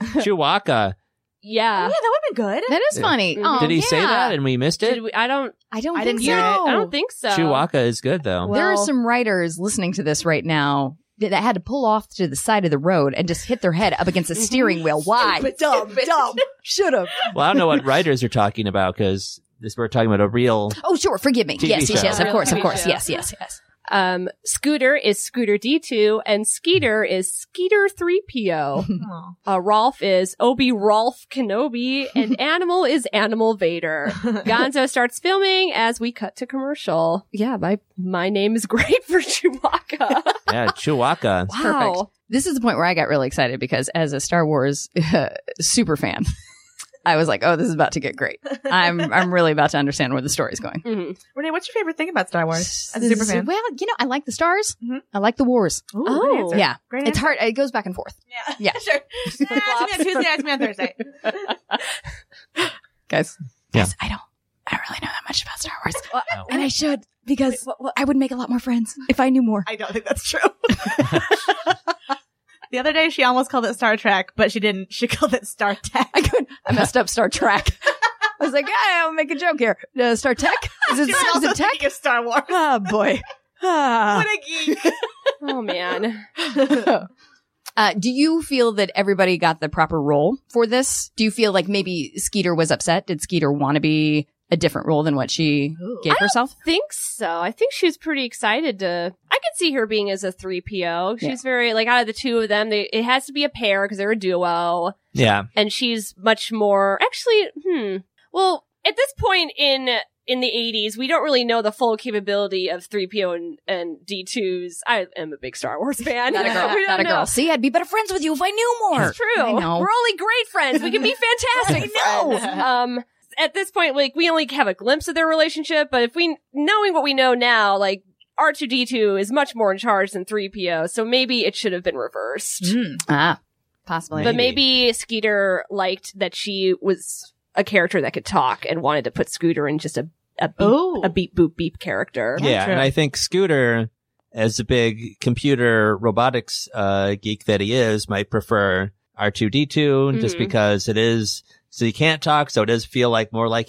Speaker 3: Chewbacca.
Speaker 2: Chewbacca.
Speaker 6: Oh, Yeah,
Speaker 3: Yeah.
Speaker 6: that would've been good.
Speaker 5: That is
Speaker 2: Yeah.
Speaker 5: funny.
Speaker 3: Mhm.
Speaker 5: Oh,
Speaker 2: Did he say
Speaker 5: yeah.
Speaker 2: that and we missed it?
Speaker 3: Did we, I don't.
Speaker 5: I don't
Speaker 6: I
Speaker 5: think
Speaker 6: didn't hear it.
Speaker 5: so.
Speaker 3: I don't think so.
Speaker 2: Chewbacca is good though.
Speaker 3: Well-
Speaker 5: there are some writers listening to this right now that that had to pull off to the side of the road and just hit their head up against a steering wheel. Why?
Speaker 6: dumb, dumb.
Speaker 5: Should have.
Speaker 2: Well, I don't know what writers are talking about because this we're talking about a real.
Speaker 5: Oh, sure. Forgive me.
Speaker 2: TV
Speaker 5: yes, yes,
Speaker 2: show.
Speaker 5: yes. Of course, of
Speaker 3: Reality
Speaker 5: course.
Speaker 3: show.
Speaker 5: Yes, yes, yes.
Speaker 3: Um, Scooter is Scooter D2, and Skeeter is Skeeter 3PO. Uh, Rolf is Obi Rolf Kenobi, and Animal is Animal Vader. Gonzo starts filming as we cut to commercial.
Speaker 5: Yeah, my
Speaker 3: My name is great for Chewbacca.
Speaker 2: Yeah, Chewbacca.
Speaker 5: Perfect. This is the point where I got really excited because as a Star Wars super fan, I was like, "Oh, this is about to get great. I'm I'm really about to understand where the story's going."
Speaker 3: Mhm.
Speaker 6: Renee, what's your favorite thing about Star Wars as a
Speaker 5: This
Speaker 6: super
Speaker 5: is-
Speaker 6: fan?
Speaker 5: Well, you know, I like the stars.
Speaker 6: Mhm.
Speaker 5: I like the wars.
Speaker 6: Ooh,
Speaker 3: Oh.
Speaker 6: great answer.
Speaker 5: Yeah.
Speaker 6: Great
Speaker 5: It's
Speaker 6: answer.
Speaker 5: hard. It goes back Mm-hmm. and forth.
Speaker 6: Yeah.
Speaker 5: Yeah.
Speaker 6: sure. Nah, ask me on Tuesday, ask me on Thursday.
Speaker 5: Guys,
Speaker 2: Yeah.
Speaker 5: guys, I don't I don't really know that much about Star Wars.
Speaker 2: No.
Speaker 5: And I should because I would make a lot more friends if I knew more.
Speaker 6: I don't think that's true. the other day, she almost called it Star Trek, but she didn't. She called it Star Tech.
Speaker 5: I could. I messed up Star Trek. I was like, "Ah, I'll make a joke here. Uh, Star Tech? Is it,
Speaker 6: She
Speaker 5: is
Speaker 6: also
Speaker 5: it Tech?
Speaker 6: thinking of Star Wars.
Speaker 5: Oh, boy. Ah.
Speaker 6: What a geek.
Speaker 3: Oh, man.
Speaker 5: Uh, do you feel that everybody got the proper role for this? Do you feel like maybe Skeeter was upset? Did Skeeter want to be a different role than what she
Speaker 6: Ooh.
Speaker 5: gave herself?
Speaker 3: think so. I think she was pretty excited to. I could see her being as a three PO. She's
Speaker 5: Yeah.
Speaker 3: very like out of the two of them, they, it has to be a pair because they're a duo,
Speaker 2: Yeah.
Speaker 3: and she's much more. Actually, hmm. Well, at this point in in the eighties, we don't really know the full capability of three PO and, and D twos. I am a big Star Wars fan.
Speaker 5: Not a girl.
Speaker 3: We don't
Speaker 5: Not a
Speaker 3: know.
Speaker 5: girl. See, I'd be better friends with you if I knew more.
Speaker 3: It's true.
Speaker 5: I know.
Speaker 3: We're only great friends. We can be fantastic
Speaker 6: I know.
Speaker 3: friends. Um, at this point, like we only have a glimpse of their relationship, but if we knowing what we know now, like R two D two is much more in charge than three PO, so maybe it should have been reversed.
Speaker 6: Mm.
Speaker 5: Ah, possibly.
Speaker 3: But maybe Skeeter liked that she was a character that could talk and wanted to put Scooter in just a a beep,
Speaker 6: Ooh.
Speaker 3: a beep boop beep character.
Speaker 2: Yeah,
Speaker 6: true.
Speaker 2: and I think Scooter, as a big computer robotics uh, geek that he is, might prefer R two D two just
Speaker 3: Mhm.
Speaker 2: because it is so he can't talk, so it does feel like more like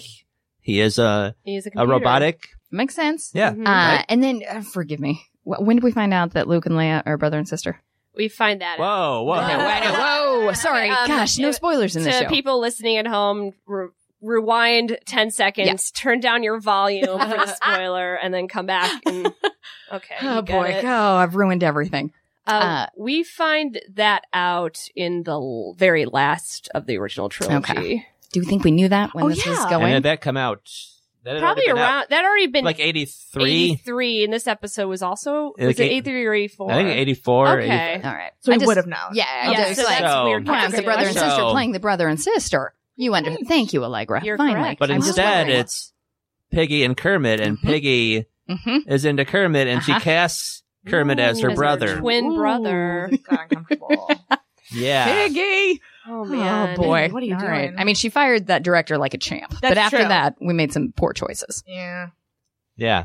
Speaker 2: he is a
Speaker 3: He's a,
Speaker 2: a
Speaker 3: computer.
Speaker 2: robotic
Speaker 5: Makes sense.
Speaker 2: Yeah.
Speaker 3: Mhm.
Speaker 5: Uh, and then, uh, forgive me. Wh- When did we find out that Luke and Leia are brother and sister?
Speaker 3: we find that out.
Speaker 2: Whoa, whoa.
Speaker 5: Okay, wait, no, whoa, sorry.
Speaker 3: Um,
Speaker 5: Gosh, no
Speaker 3: it-
Speaker 5: spoilers in this
Speaker 3: to
Speaker 5: show.
Speaker 3: people listening at home, re- rewind 10 seconds, turn down your volume for the spoiler, and then come back. And, okay.
Speaker 5: oh
Speaker 3: you get
Speaker 5: boy,
Speaker 3: it.
Speaker 5: oh, I've ruined everything.
Speaker 3: Um,
Speaker 5: uh,
Speaker 3: we find that out in the l- very last of the original trilogy.
Speaker 5: Do you think we knew that when
Speaker 6: Oh,
Speaker 5: this was
Speaker 6: yeah.
Speaker 2: And
Speaker 5: going?
Speaker 2: did that come out? That had already
Speaker 3: Probably
Speaker 2: been out.
Speaker 3: around that already been
Speaker 2: like 83.
Speaker 3: 83, and this episode was also
Speaker 2: Like
Speaker 3: was it
Speaker 2: eight-
Speaker 3: 83 or 84?
Speaker 2: I think 84.
Speaker 3: Okay.
Speaker 2: 85.
Speaker 5: All right.
Speaker 6: So
Speaker 5: I
Speaker 6: we
Speaker 5: just-
Speaker 6: would have known.
Speaker 5: Yeah, I
Speaker 3: Yeah,
Speaker 5: just,
Speaker 3: so
Speaker 5: like,
Speaker 3: that's
Speaker 2: So-
Speaker 3: weird.
Speaker 5: Wow, it's the brother and
Speaker 2: So-
Speaker 5: sister playing the brother and sister. You under thank you, Allegra.
Speaker 3: You're
Speaker 5: Finally,
Speaker 3: correct.
Speaker 2: But
Speaker 5: I'm
Speaker 2: instead,
Speaker 5: sorry.
Speaker 2: it's Piggy and Kermit, and
Speaker 5: Mhm.
Speaker 2: Piggy
Speaker 5: Mhm.
Speaker 2: is into Kermit, and
Speaker 5: Uh-huh.
Speaker 2: she casts Kermit as her
Speaker 3: As her
Speaker 2: brother.
Speaker 3: twin brother.
Speaker 6: this got uncomfortable.
Speaker 2: yeah.
Speaker 5: Piggy.
Speaker 3: Oh
Speaker 5: Oh
Speaker 3: man,
Speaker 5: boy,
Speaker 6: What are you
Speaker 5: All right.
Speaker 6: doing?
Speaker 5: I mean, she fired that director like a champ. but
Speaker 6: That's
Speaker 5: after
Speaker 6: true.
Speaker 5: that, we made some poor choices.
Speaker 6: yeah.
Speaker 2: Yeah.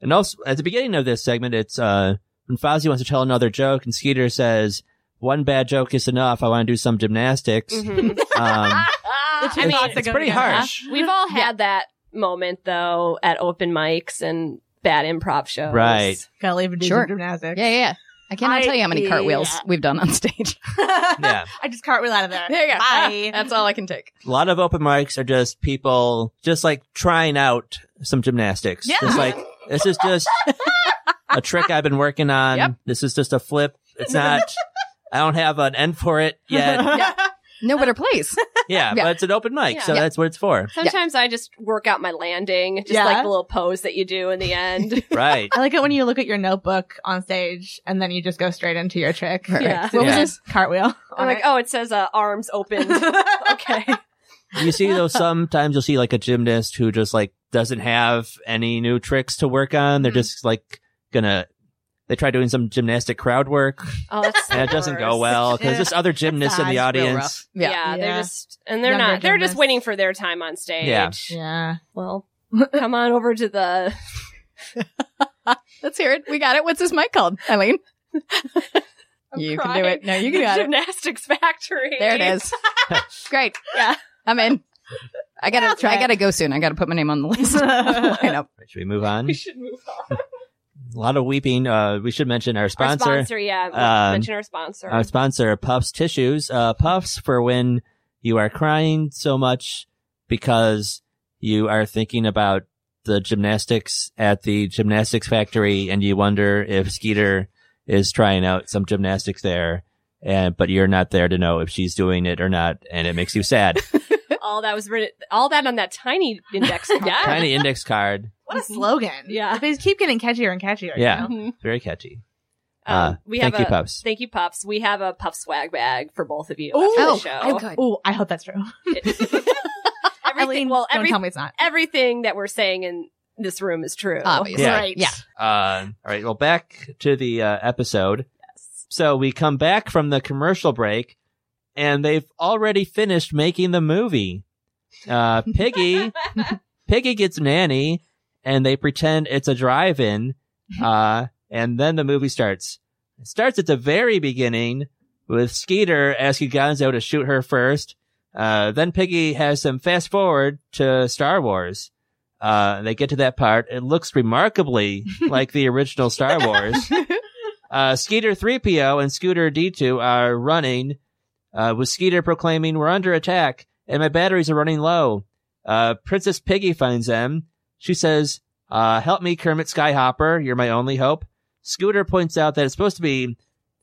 Speaker 2: And also, at the beginning of this segment, it's uh, when Fozzie wants to tell another joke, and Skeeter says, one bad joke is enough. I want to do some gymnastics.
Speaker 3: Mhm.
Speaker 2: Um,
Speaker 3: I mean,
Speaker 6: thoughts that
Speaker 2: it's
Speaker 6: go
Speaker 2: pretty
Speaker 6: together.
Speaker 2: harsh.
Speaker 3: we've all had that moment though at open mics and bad improv shows,
Speaker 2: Right.
Speaker 6: Gotta leave and do
Speaker 5: Sure.
Speaker 6: some gymnastics.
Speaker 5: Yeah, yeah. yeah. I cannot
Speaker 6: I-
Speaker 5: tell you how many
Speaker 6: yeah.
Speaker 5: cartwheels we've done on stage.
Speaker 2: yeah.
Speaker 6: I just cartwheel out of there.
Speaker 5: There you go. Ah,
Speaker 6: Bye.
Speaker 5: That's all I can take.
Speaker 2: A lot of open mics are just people just like trying out some gymnastics.
Speaker 5: Yeah.
Speaker 2: Just like this is just a trick I've been working on.
Speaker 5: Yep.
Speaker 2: This is just a flip. It's not I don't have an end for it yet.
Speaker 5: No better place.
Speaker 2: Yeah,
Speaker 5: Yeah.
Speaker 2: but it's an open mic,
Speaker 3: Yeah.
Speaker 2: so
Speaker 5: Yeah.
Speaker 2: that's what it's for.
Speaker 3: Sometimes I just work out my landing, just
Speaker 6: Yeah.
Speaker 3: like the little pose that you do in the end.
Speaker 2: Right.
Speaker 6: I like it when you look at your notebook on stage and then you just go straight into your trick.
Speaker 5: Right.
Speaker 3: Yeah.
Speaker 5: What was
Speaker 2: Yeah.
Speaker 5: this?
Speaker 6: Cartwheel.
Speaker 3: I'm like, oh, it says uh, arms open. okay.
Speaker 2: You see though sometimes you'll see like a gymnast who just like doesn't have any new tricks to work on. They're
Speaker 3: Mhm.
Speaker 2: just like gonna they try doing some gymnastic crowd work
Speaker 3: Oh, that's
Speaker 2: and it doesn't go well because there's other gymnasts in the
Speaker 6: That's real
Speaker 2: audience.
Speaker 3: Yeah,
Speaker 5: Yeah. Oh
Speaker 3: they're
Speaker 6: Yeah.
Speaker 3: just and they're
Speaker 6: Younger
Speaker 3: not. They're just
Speaker 6: gymnasts.
Speaker 3: waiting for their time on stage.
Speaker 2: Yeah.
Speaker 6: Yeah.
Speaker 3: Well, come on over to the
Speaker 5: Let's hear it. We got it. What's this mic called, Eileen? you can
Speaker 3: crying.
Speaker 5: do it. No, you can got it.
Speaker 3: gymnastics factory.
Speaker 5: There it is. Great.
Speaker 3: Yeah.
Speaker 5: I'm in. I gotta.
Speaker 6: I'll try
Speaker 5: I
Speaker 6: it.
Speaker 5: gotta go soon. I gotta put my name on the list. Lineup.
Speaker 2: Should we move on?
Speaker 3: We should move on.
Speaker 2: a lot of weeping. Uh, we should mention our
Speaker 3: Our
Speaker 2: sponsor,
Speaker 3: sponsor, yeah. We'll
Speaker 2: Um,
Speaker 3: mention our sponsor.
Speaker 2: our sponsor, Puffs Tissues. Uh, Puffs for when you are crying so much because you are thinking about the gymnastics at the gymnastics factory and you wonder if Skeeter is trying out some gymnastics there. And, but you're not there to know if she's doing it or not, and it makes you sad.
Speaker 3: all that was written, all that on that tiny index card.
Speaker 6: Yeah.
Speaker 2: Tiny index card,
Speaker 6: What a slogan.
Speaker 3: Yeah.
Speaker 6: They keep getting catchier and catchier. you
Speaker 2: Yeah.
Speaker 6: know?
Speaker 3: Mhm.
Speaker 2: very catchy.
Speaker 3: Um,
Speaker 2: Uh,
Speaker 3: we
Speaker 2: Thank
Speaker 3: have
Speaker 2: you,
Speaker 3: a
Speaker 2: Puffs.
Speaker 3: thank you, pups. We have a pup swag bag for both of you
Speaker 6: Ooh.
Speaker 3: after the
Speaker 5: Oh,
Speaker 3: show.
Speaker 5: I'm good.
Speaker 6: Oh, I hope that's true.
Speaker 3: everything, well,
Speaker 6: don't
Speaker 3: every,
Speaker 6: tell me it's not.
Speaker 3: everything that we're saying in this room is true.
Speaker 5: Obviously.
Speaker 2: Yeah.
Speaker 6: Right.
Speaker 5: Yeah.
Speaker 2: Uh, all right. Well, back to the uh, episode. So we come back from the commercial break, and they've already finished making the movie. Uh, Piggy, Piggy gets nanny, and they pretend it's a drive-in. Uh, and then the movie starts. It starts at the very beginning with Skeeter asking Gonzo to shoot her first. Uh, then Piggy has them fast forward to Star Wars. Uh, they get to that part. It looks remarkably like the original Star Wars. Uh, Skeeter 3PO and Scooter D2 are running, uh, with Skeeter proclaiming, We're under attack, and my batteries are running low. Uh, Princess Piggy finds them. She says, uh, Help me, Kermit Skyhopper. You're my only hope. Scooter points out that it's supposed to be,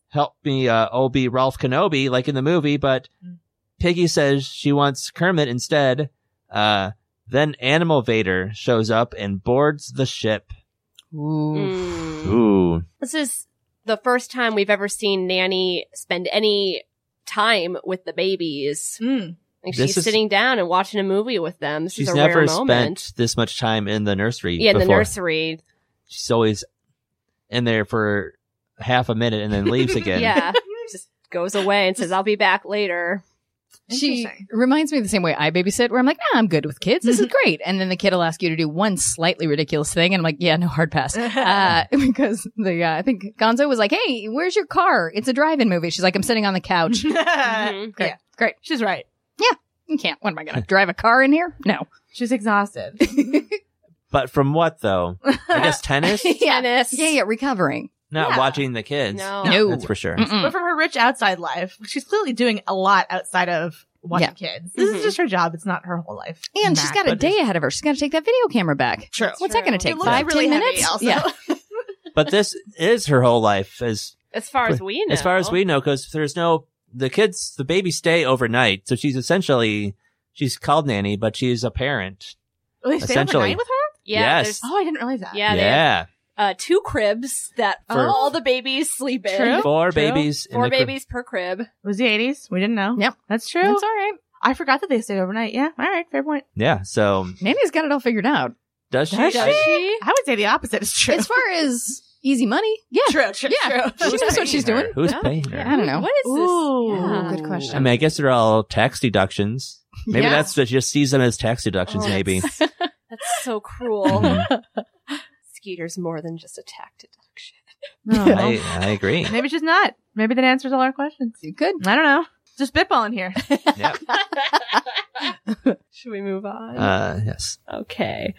Speaker 2: Help me, uh, Obi Ralph Kenobi, like in the movie, but Piggy says she wants Kermit instead. Uh, then Animal Vader shows up and boards the ship.
Speaker 5: Ooh.
Speaker 3: Mm.
Speaker 2: Ooh.
Speaker 3: This is the first time we've ever seen Nanny spend any time with the babies.
Speaker 6: Mm.
Speaker 3: Like
Speaker 2: This
Speaker 3: she's
Speaker 2: is-
Speaker 3: sitting down and watching a movie with them. This
Speaker 2: She's
Speaker 3: is a rare
Speaker 2: never
Speaker 3: moment.
Speaker 2: spent this much time in the nursery.
Speaker 3: yeah, in the
Speaker 2: before.
Speaker 3: nursery.
Speaker 2: She's always in there for half a minute and then leaves again.
Speaker 3: Yeah. Just goes away and says, I'll be back later.
Speaker 5: She
Speaker 6: Interesting.
Speaker 5: reminds me the same way I babysit, where I'm like, nah, I'm good with kids. This is great. And then the kid will ask you to do one slightly ridiculous thing. And I'm like, yeah, no, hard pass. Uh, because the, uh, I think Gonzo was like, hey, where's your car? It's a drive in movie. She's like, I'm sitting on the couch.
Speaker 6: Mm-hmm.
Speaker 3: Mhm.
Speaker 5: Great.
Speaker 6: Yeah.
Speaker 5: Great.
Speaker 6: She's right.
Speaker 5: You can't. What am I going to drive a car in here? No.
Speaker 6: She's exhausted.
Speaker 2: But from what though? I guess tennis.
Speaker 5: yeah.
Speaker 3: Tennis.
Speaker 5: Yeah, yeah, recovering.
Speaker 2: Not
Speaker 6: Yeah.
Speaker 2: watching the kids.
Speaker 3: No.
Speaker 5: No.
Speaker 2: that's for sure.
Speaker 5: Mm-mm.
Speaker 6: But from her rich outside life, she's clearly doing a lot outside of watching kids. This
Speaker 3: Mhm.
Speaker 6: is just her job. It's not her whole life.
Speaker 5: And she's
Speaker 6: Back,
Speaker 5: got a
Speaker 6: but
Speaker 5: day ahead of her. She's got to take that video camera back.
Speaker 6: True.
Speaker 5: What's that going to take?
Speaker 6: It looks
Speaker 5: Five,
Speaker 6: really
Speaker 5: ten
Speaker 6: heavy
Speaker 5: minutes?
Speaker 6: also.
Speaker 5: Yeah.
Speaker 2: But this is her whole life, as
Speaker 3: As far as we know.
Speaker 2: as far as we know, because there's no the kids. The babies stay overnight, so she's essentially she's called nanny, but she's a parent.
Speaker 6: Oh, they stay
Speaker 2: Essentially.
Speaker 6: overnight with her?
Speaker 3: Yeah.
Speaker 2: Yes.
Speaker 3: there's-
Speaker 6: Oh, I didn't realize that.
Speaker 3: Yeah. they have,
Speaker 2: yeah,
Speaker 3: uh, two cribs that
Speaker 2: For-
Speaker 3: all the babies sleep in.
Speaker 6: True.
Speaker 2: four
Speaker 6: True.
Speaker 2: babies. in
Speaker 3: Four
Speaker 2: the crib.
Speaker 3: babies per crib.
Speaker 6: It was the 80s. We didn't know.
Speaker 5: Yep.
Speaker 6: That's true.
Speaker 5: That's all right.
Speaker 6: I forgot that they stayed overnight. Yeah. All right. Fair point.
Speaker 2: Yeah. So
Speaker 5: Nanny's got it all figured out.
Speaker 2: does she?
Speaker 6: Does
Speaker 2: I-
Speaker 6: she? I would say the opposite is true.
Speaker 5: As far as easy money, yeah.
Speaker 6: true, true,
Speaker 5: Yeah.
Speaker 6: true.
Speaker 5: She knows what she's
Speaker 2: paying her?
Speaker 5: doing.
Speaker 2: Who's
Speaker 3: Yeah.
Speaker 2: paying her?
Speaker 5: I don't know.
Speaker 3: What is
Speaker 6: Ooh.
Speaker 3: this? Yeah.
Speaker 5: Good question.
Speaker 2: I mean, I guess they're all tax deductions. Maybe
Speaker 5: Yeah.
Speaker 2: that's that she just sees them as tax deductions.
Speaker 3: Oh,
Speaker 2: maybe.
Speaker 3: That's, that's so cruel.
Speaker 2: Mhm.
Speaker 3: Skeeter's more than just a tact deduction.
Speaker 6: No.
Speaker 2: I, I agree.
Speaker 6: Oh, Maybe she's not. Maybe that answers all our questions.
Speaker 5: You could.
Speaker 6: I don't know. Just spitballing here.
Speaker 2: Yep.
Speaker 3: Should we move on?
Speaker 2: Uh, yes.
Speaker 3: Okay.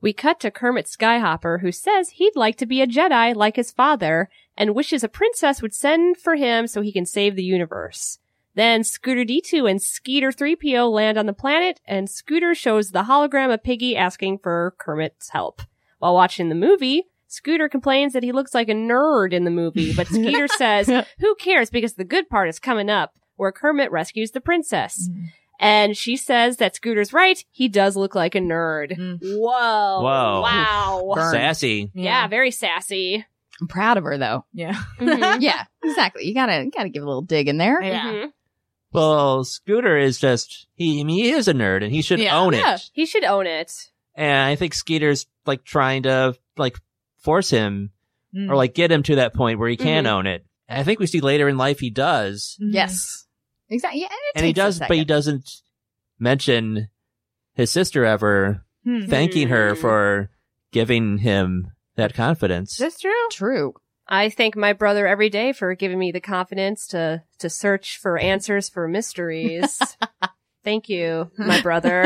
Speaker 3: We cut to Kermit Skyhopper, who says he'd like to be a Jedi like his father and wishes a princess would send for him so he can save the universe. Then Scooter D2 and Skeeter 3PO land on the planet, and Scooter shows the hologram of Piggy asking for Kermit's help. While watching the movie, Scooter complains that he looks like a nerd in the movie, but Skeeter says, Who cares because the good part is coming up, where Kermit rescues the princess.
Speaker 6: Mm.
Speaker 3: And she says that Scooter's right. He does look like a nerd.
Speaker 6: Mm.
Speaker 3: Whoa.
Speaker 2: Whoa.
Speaker 3: Wow.
Speaker 5: Burn.
Speaker 2: Sassy.
Speaker 3: Yeah, very sassy.
Speaker 5: I'm proud of her though.
Speaker 6: Yeah.
Speaker 3: Mhm.
Speaker 5: yeah, exactly. You gotta you gotta give a little dig in there.
Speaker 6: Yeah.
Speaker 3: Mhm.
Speaker 2: Well, Scooter is just he. I mean, he is a nerd, and he should
Speaker 6: Yeah.
Speaker 2: own it.
Speaker 3: Yeah, he should own it.
Speaker 2: And I think Skeeter's like trying to like force him
Speaker 5: Mm-hmm.
Speaker 6: Mm.
Speaker 2: or like get him to that point where he can
Speaker 3: Mhm.
Speaker 2: own it. And I think we see later in life he does,
Speaker 6: Mhm.
Speaker 5: Yes, exactly. Yeah, and, it
Speaker 2: and he
Speaker 5: takes a
Speaker 2: does, but he
Speaker 5: second.
Speaker 2: doesn't mention his sister ever
Speaker 6: Hmm.
Speaker 2: thanking her
Speaker 3: Mhm.
Speaker 2: for giving him that confidence.
Speaker 6: That's true.
Speaker 5: True.
Speaker 3: I thank my brother every day for giving me the confidence to to search for answers for mysteries. Thank you, my brother.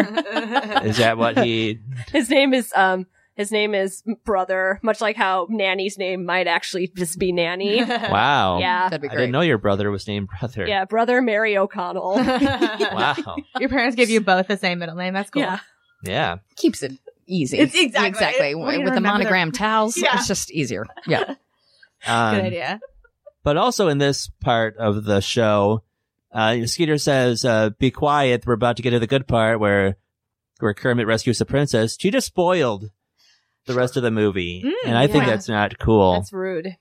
Speaker 2: is that what he?
Speaker 3: his name is um his name is brother, much like how Nanny's name might actually just be Nanny.
Speaker 2: Wow.
Speaker 3: Yeah.
Speaker 5: That'd be
Speaker 2: I
Speaker 5: great.
Speaker 2: didn't know your brother was named brother.
Speaker 3: Yeah, brother Mary O'Connell.
Speaker 2: Wow.
Speaker 6: Your parents gave you both the same middle name. That's cool.
Speaker 3: Yeah.
Speaker 2: Yeah.
Speaker 5: Keeps it easy.
Speaker 6: It's exactly-
Speaker 5: exactly
Speaker 6: it- we
Speaker 5: with
Speaker 6: didn't
Speaker 5: the
Speaker 6: remember
Speaker 5: monogram towels.
Speaker 6: Yeah.
Speaker 5: It's just easier. Yeah,
Speaker 2: Um,
Speaker 6: Good idea.
Speaker 2: But also in this part of the show, uh, Skeeter says, uh, "Be quiet. We're about to get to the good part where where Kermit rescues the princess." She just spoiled the rest of the movie,
Speaker 6: Mm,
Speaker 2: and I think
Speaker 5: yeah.
Speaker 2: that's not cool.
Speaker 3: That's rude.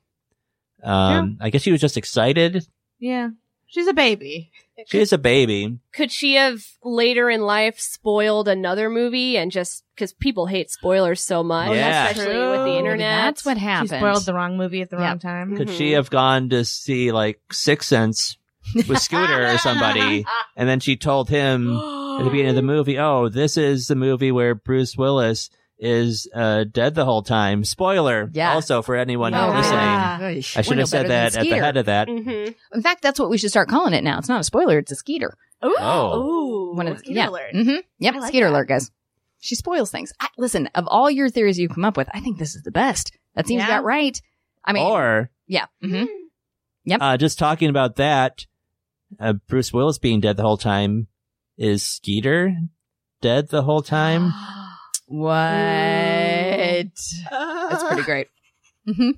Speaker 2: um, I guess she was just excited.
Speaker 6: Yeah. She's a baby.
Speaker 2: She is a baby.
Speaker 3: could she have later in life spoiled another movie and just because people hate spoilers so much,
Speaker 2: Oh, that's
Speaker 3: especially
Speaker 6: true.
Speaker 3: with the internet?
Speaker 5: That's what happened.
Speaker 6: She spoiled the wrong movie at the
Speaker 5: Yeah.
Speaker 6: wrong time.
Speaker 2: Could
Speaker 5: Mm-hmm.
Speaker 2: she have gone to see like Sixth Sense with Scooter or somebody, and then she told him? at the beginning of the movie, oh, this is the movie where Bruce Willis is uh, dead the whole time. Spoiler.
Speaker 5: Yeah.
Speaker 2: Also for anyone
Speaker 5: Oh,
Speaker 6: Yeah.
Speaker 2: listening.
Speaker 6: Yeah.
Speaker 5: Gosh.
Speaker 2: I
Speaker 5: We're
Speaker 2: should
Speaker 5: no
Speaker 2: have said
Speaker 5: better than
Speaker 2: that at the
Speaker 5: Skeeter.
Speaker 2: head of that.
Speaker 3: hmm
Speaker 5: In fact, that's what we should start calling it now. It's not a spoiler; it's a skeeter.
Speaker 6: Ooh.
Speaker 2: Oh.
Speaker 3: Ooh.
Speaker 5: One of the,
Speaker 6: Skeeter
Speaker 5: yeah.
Speaker 6: alert.
Speaker 5: Mm-hmm. Yep,
Speaker 6: I like
Speaker 5: skeeter
Speaker 6: that.
Speaker 5: alert, guys. She spoils things. I, listen, of all your theories you've come up with, I think this is the best. That seems
Speaker 6: Yeah.
Speaker 5: about right. I mean,
Speaker 2: or
Speaker 5: yeah, hmm
Speaker 2: uh, just talking about that, uh, Bruce Willis being dead the whole time is Skeeter dead the whole time?
Speaker 5: what? That's pretty great. hmm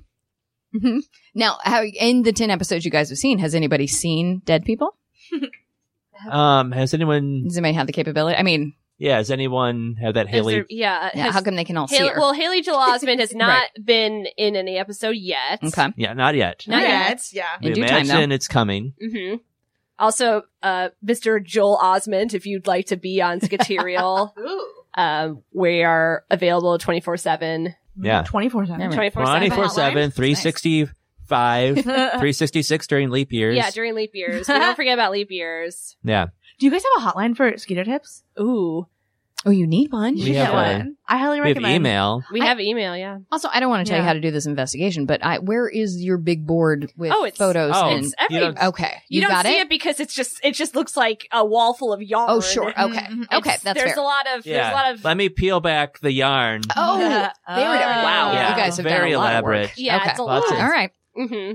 Speaker 5: hmm Now, how, in the ten episodes you guys have seen, has anybody seen dead people?
Speaker 2: um, has anyone?
Speaker 5: Does anybody have the capability? I mean,
Speaker 2: Yeah, has anyone have that
Speaker 3: Is
Speaker 2: Haley?
Speaker 3: there- yeah.
Speaker 5: yeah,
Speaker 3: has-
Speaker 5: how come they can all see
Speaker 3: Haley-
Speaker 5: her?
Speaker 3: well, Haley Joel Osment has not been in any episode yet.
Speaker 5: okay,
Speaker 2: Yeah, not yet.
Speaker 3: Not yet.
Speaker 6: Yeah.
Speaker 5: in
Speaker 2: we
Speaker 5: due time
Speaker 2: imagine
Speaker 5: though.
Speaker 2: it's coming.
Speaker 3: hmm Also, uh, Mr. Joel Osment, if you'd like to be on Skaterial,
Speaker 6: Ooh.
Speaker 3: um, we are available 24 7.
Speaker 2: Yeah.
Speaker 6: 24 7.
Speaker 5: Never
Speaker 3: 24
Speaker 2: 24 7, 365, 366 during leap years.
Speaker 3: Yeah, during leap years. We don't forget about leap years.
Speaker 2: yeah.
Speaker 6: Do you guys have a hotline for Skeeter Tips?
Speaker 3: Ooh.
Speaker 5: Oh, you need one.
Speaker 2: We have, uh,
Speaker 6: I highly
Speaker 2: we have
Speaker 6: recommend.
Speaker 2: email.
Speaker 3: We have email, yeah.
Speaker 5: Also, I don't want to tell you
Speaker 6: Yeah.
Speaker 5: how to do this investigation, but I where is your big board with
Speaker 3: Oh, it's-
Speaker 5: photos
Speaker 2: Oh,
Speaker 5: and
Speaker 2: it's-
Speaker 3: Every,
Speaker 2: you don't-
Speaker 5: okay,
Speaker 7: You, don't
Speaker 5: got
Speaker 7: see
Speaker 5: it?
Speaker 7: it? because it's just it just looks like a wall full of yarn.
Speaker 5: Oh, sure.
Speaker 7: It's-
Speaker 5: Okay, okay, that's
Speaker 7: there's
Speaker 5: fair.
Speaker 7: a lot of there's a lot of
Speaker 2: Let me peel back the yarn.
Speaker 5: oh,
Speaker 6: Yeah.
Speaker 5: there it is.
Speaker 7: Oh.
Speaker 5: Wow,
Speaker 7: Yeah.
Speaker 5: you guys have
Speaker 2: Very
Speaker 5: done a lot of work.
Speaker 2: elaborate.
Speaker 7: yeah,
Speaker 5: Okay.
Speaker 7: it's a
Speaker 2: Lots
Speaker 7: lot.
Speaker 2: of-
Speaker 5: All right,
Speaker 3: Mm-hmm.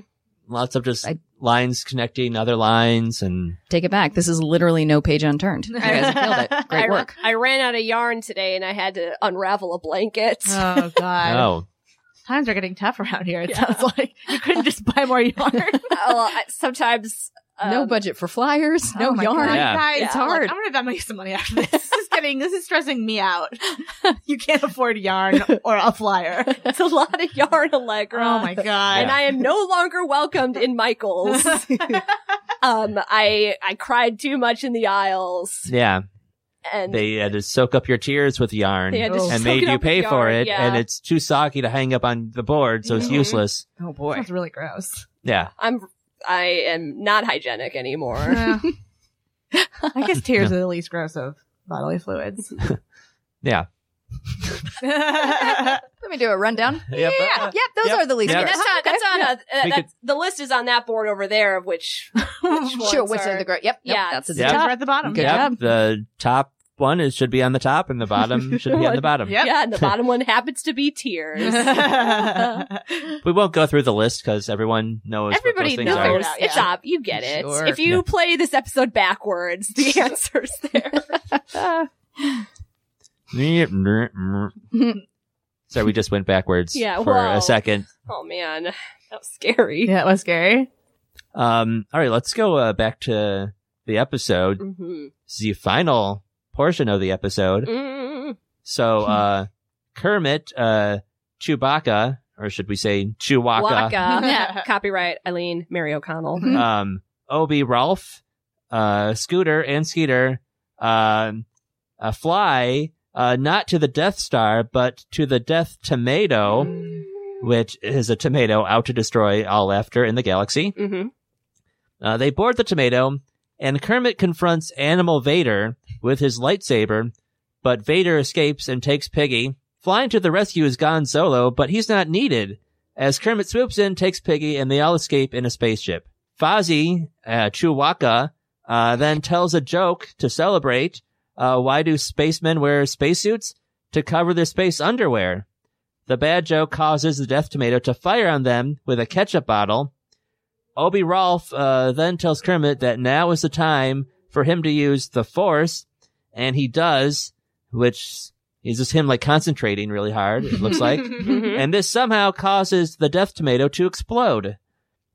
Speaker 2: Lots of just
Speaker 5: I-
Speaker 2: lines connecting other lines, and
Speaker 5: take it back. This is literally no page unturned. You guys have killed it.
Speaker 3: I,
Speaker 5: Great work.
Speaker 3: I ran out of yarn today and I had to unravel a blanket.
Speaker 5: Uh.
Speaker 6: Oh God,
Speaker 2: oh,
Speaker 6: times are getting tough around here. It sounds like you couldn't just buy more yarn.
Speaker 3: Oh, I- sometimes um,
Speaker 5: no budget for flyers. No
Speaker 6: Oh my
Speaker 5: yarn.
Speaker 6: God,
Speaker 2: Yeah.
Speaker 6: guys,
Speaker 3: It's
Speaker 6: I'm like,
Speaker 5: hard.
Speaker 6: I'm gonna Venmo you some money after this. This is getting, this is stressing me out. you can't afford yarn or a flyer.
Speaker 3: It's a lot of yarn, Allegra.
Speaker 6: Oh my god.
Speaker 3: And I am no longer welcomed in Michaels. um, I I cried too much in the aisles,
Speaker 2: yeah.
Speaker 3: and
Speaker 2: They had to soak up your tears with yarn.
Speaker 3: they had to
Speaker 6: Oh.
Speaker 2: and
Speaker 3: soak
Speaker 2: made
Speaker 3: it
Speaker 2: you
Speaker 3: up
Speaker 2: pay
Speaker 3: with
Speaker 2: for
Speaker 3: yarn,
Speaker 2: it,
Speaker 3: yeah.
Speaker 2: and it's too socky to hang up on the board, so it's
Speaker 3: Mhm.
Speaker 2: useless.
Speaker 5: Oh boy.
Speaker 6: That's really gross.
Speaker 2: Yeah,
Speaker 3: I'm I am not hygienic anymore.
Speaker 6: Yeah. I guess tears are the least gross of bodily fluids.
Speaker 2: yeah,
Speaker 6: yeah,
Speaker 5: Let me do a rundown.
Speaker 2: Yep.
Speaker 5: Yeah, Uh, yep. Those
Speaker 2: Yep.
Speaker 5: are the least.
Speaker 2: Yep.
Speaker 3: I mean,
Speaker 5: gross.
Speaker 3: that's not that's on a, that-
Speaker 2: We could-
Speaker 3: that's, the list is on that board over there of which, which ones
Speaker 5: Sure, which are the great? Yep, yep,
Speaker 3: Yeah.
Speaker 5: That's a
Speaker 2: Yeah.
Speaker 5: job.
Speaker 6: we're at the bottom.
Speaker 5: Good
Speaker 2: Yep,
Speaker 5: job.
Speaker 2: The top one is should be on the top, and the bottom should be on the bottom.
Speaker 6: Yep.
Speaker 3: yeah, and the bottom one happens to be tears.
Speaker 2: We won't go through the list because everyone knows.
Speaker 3: Everybody
Speaker 2: what those things
Speaker 3: knows.
Speaker 2: Are.
Speaker 6: are.
Speaker 3: It's
Speaker 6: Yeah.
Speaker 3: ob- You get it.
Speaker 5: Sure.
Speaker 3: If you
Speaker 2: Yeah.
Speaker 3: play this episode backwards, the answer's there.
Speaker 2: Sorry, we just went backwards
Speaker 3: Yeah,
Speaker 2: for
Speaker 3: wow.
Speaker 2: a second.
Speaker 3: oh man, that was scary.
Speaker 6: yeah, it was scary.
Speaker 2: Um, all right, let's go uh, back to the episode,
Speaker 3: Mm-hmm.
Speaker 2: the final portion of the episode.
Speaker 3: Mm.
Speaker 2: So, uh, Kermit, uh, Chewbacca, or should we say Chewbacca?
Speaker 3: Waka. Yeah. Copyright Eileen Mary O'Connell.
Speaker 5: Mhm.
Speaker 2: um, Obi, Rolf, uh, Scooter, and Skeeter um, uh, fly uh, not to the Death Star, but to the Death Tomato, which is a tomato out to destroy all laughter in the galaxy.
Speaker 3: Mm-hmm.
Speaker 2: Uh, they board the tomato, and Kermit confronts Animal Vader with his lightsaber, but Vader escapes and takes Piggy. Flying to the rescue is Gon Solo, but he's not needed, as Kermit swoops in, takes Piggy, and they all escape in a spaceship. Fozzie, uh, Chewbacca, uh, then tells a joke to celebrate. Uh, why do spacemen wear spacesuits? To cover their space underwear. The bad joke causes the Death Tomato to fire on them with a ketchup bottle, Obi Rolf uh, then tells Kermit that now is the time for him to use the Force, and he does, which is just him like concentrating really hard. It looks like,
Speaker 3: Mm-hmm.
Speaker 2: and this somehow causes the Death Tomato to explode.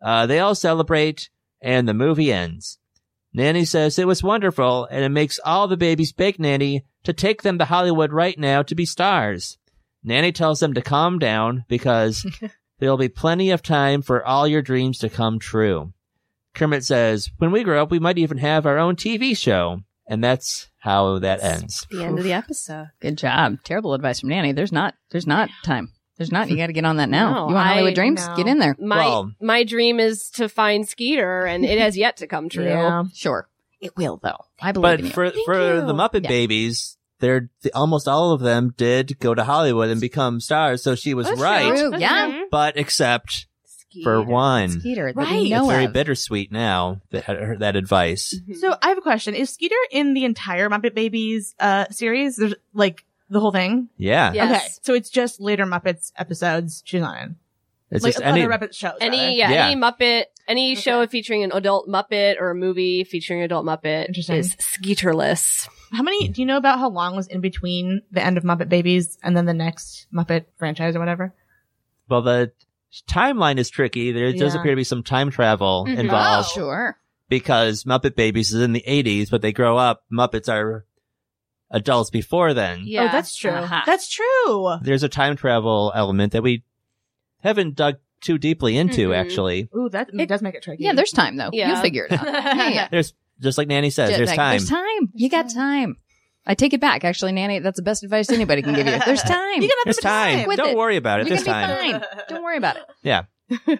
Speaker 2: Uh, they all celebrate, and the movie ends. Nanny says it was wonderful, and it makes all the babies beg Nanny to take them to Hollywood right now to be stars. Nanny tells them to calm down because There'll be plenty of time for all your dreams to come true. Kermit says, When we grow up, we might even have our own TV show. And that's how that ends.
Speaker 3: The end of the episode.
Speaker 5: Good job. Terrible advice from Nanny. There's not. There's not time. There's not. You got to get on that now.
Speaker 3: No,
Speaker 5: you want Hollywood
Speaker 3: I-
Speaker 5: dreams?
Speaker 6: no.
Speaker 5: Get in there.
Speaker 3: My
Speaker 2: Well-
Speaker 3: my dream is to find Skeeter, and it has yet to come true.
Speaker 6: Yeah.
Speaker 5: Sure, it will though. I believe
Speaker 2: But
Speaker 5: in you.
Speaker 2: for, for the Muppet
Speaker 5: Yeah.
Speaker 2: Babies, they're th- almost all of them did go to Hollywood and become stars. So she was
Speaker 6: That's
Speaker 2: right,
Speaker 5: True, yeah.
Speaker 3: Mhm.
Speaker 2: but except for one.
Speaker 5: Skeeter, that
Speaker 6: Right.
Speaker 5: we
Speaker 6: It's
Speaker 5: know
Speaker 2: It's very
Speaker 5: of.
Speaker 2: bittersweet now that her- that advice.
Speaker 6: So I have a question. Is Skeeter in the entire Muppet Babies uh series? There's like the whole thing?
Speaker 2: Yeah,
Speaker 3: Yes.
Speaker 6: Okay. So it's just later Muppets episodes she's not in.
Speaker 2: it's
Speaker 6: like
Speaker 2: just
Speaker 6: other
Speaker 2: any
Speaker 6: Muppet shows. rather.
Speaker 3: Any yeah,
Speaker 2: Yeah.
Speaker 3: any Muppet, any
Speaker 6: Okay.
Speaker 3: show featuring an adult Muppet or a movie featuring an adult Muppet
Speaker 6: Interesting. Oh,
Speaker 3: is Skeeterless.
Speaker 6: How many do you know about how long was in between the end of Muppet Babies and then the next Muppet franchise or whatever?
Speaker 2: well the timeline is tricky. There does
Speaker 6: Yeah.
Speaker 2: appear to be some time travel
Speaker 3: Mhm.
Speaker 2: involved.
Speaker 5: Sure.
Speaker 2: because Muppet Babies is in the 80s, but they grow up. Muppets are adults before then.
Speaker 3: Yeah,
Speaker 6: Oh, that's true.
Speaker 5: Uh-huh.
Speaker 6: That's true.
Speaker 2: There's a time travel element that we haven't dug too deeply into,
Speaker 3: Mhm.
Speaker 2: actually.
Speaker 6: Ooh, that
Speaker 5: It-
Speaker 6: does make it tricky.
Speaker 5: Yeah, there's time though.
Speaker 3: Yeah.
Speaker 5: You'll figure it out. Yeah, yeah.
Speaker 2: There's, just like Nanny says,
Speaker 5: Jet
Speaker 2: there's
Speaker 5: lag.
Speaker 2: time.
Speaker 5: There's time. You got time. I take it back. Actually, Nanny, that's the best advice anybody can give you. There's time.
Speaker 6: You can have
Speaker 2: There's
Speaker 6: the
Speaker 2: time.
Speaker 5: time. With
Speaker 2: Don't
Speaker 5: it.
Speaker 2: worry about it.
Speaker 5: You're
Speaker 2: There's
Speaker 5: gonna
Speaker 2: time.
Speaker 5: be fine. Don't worry about it.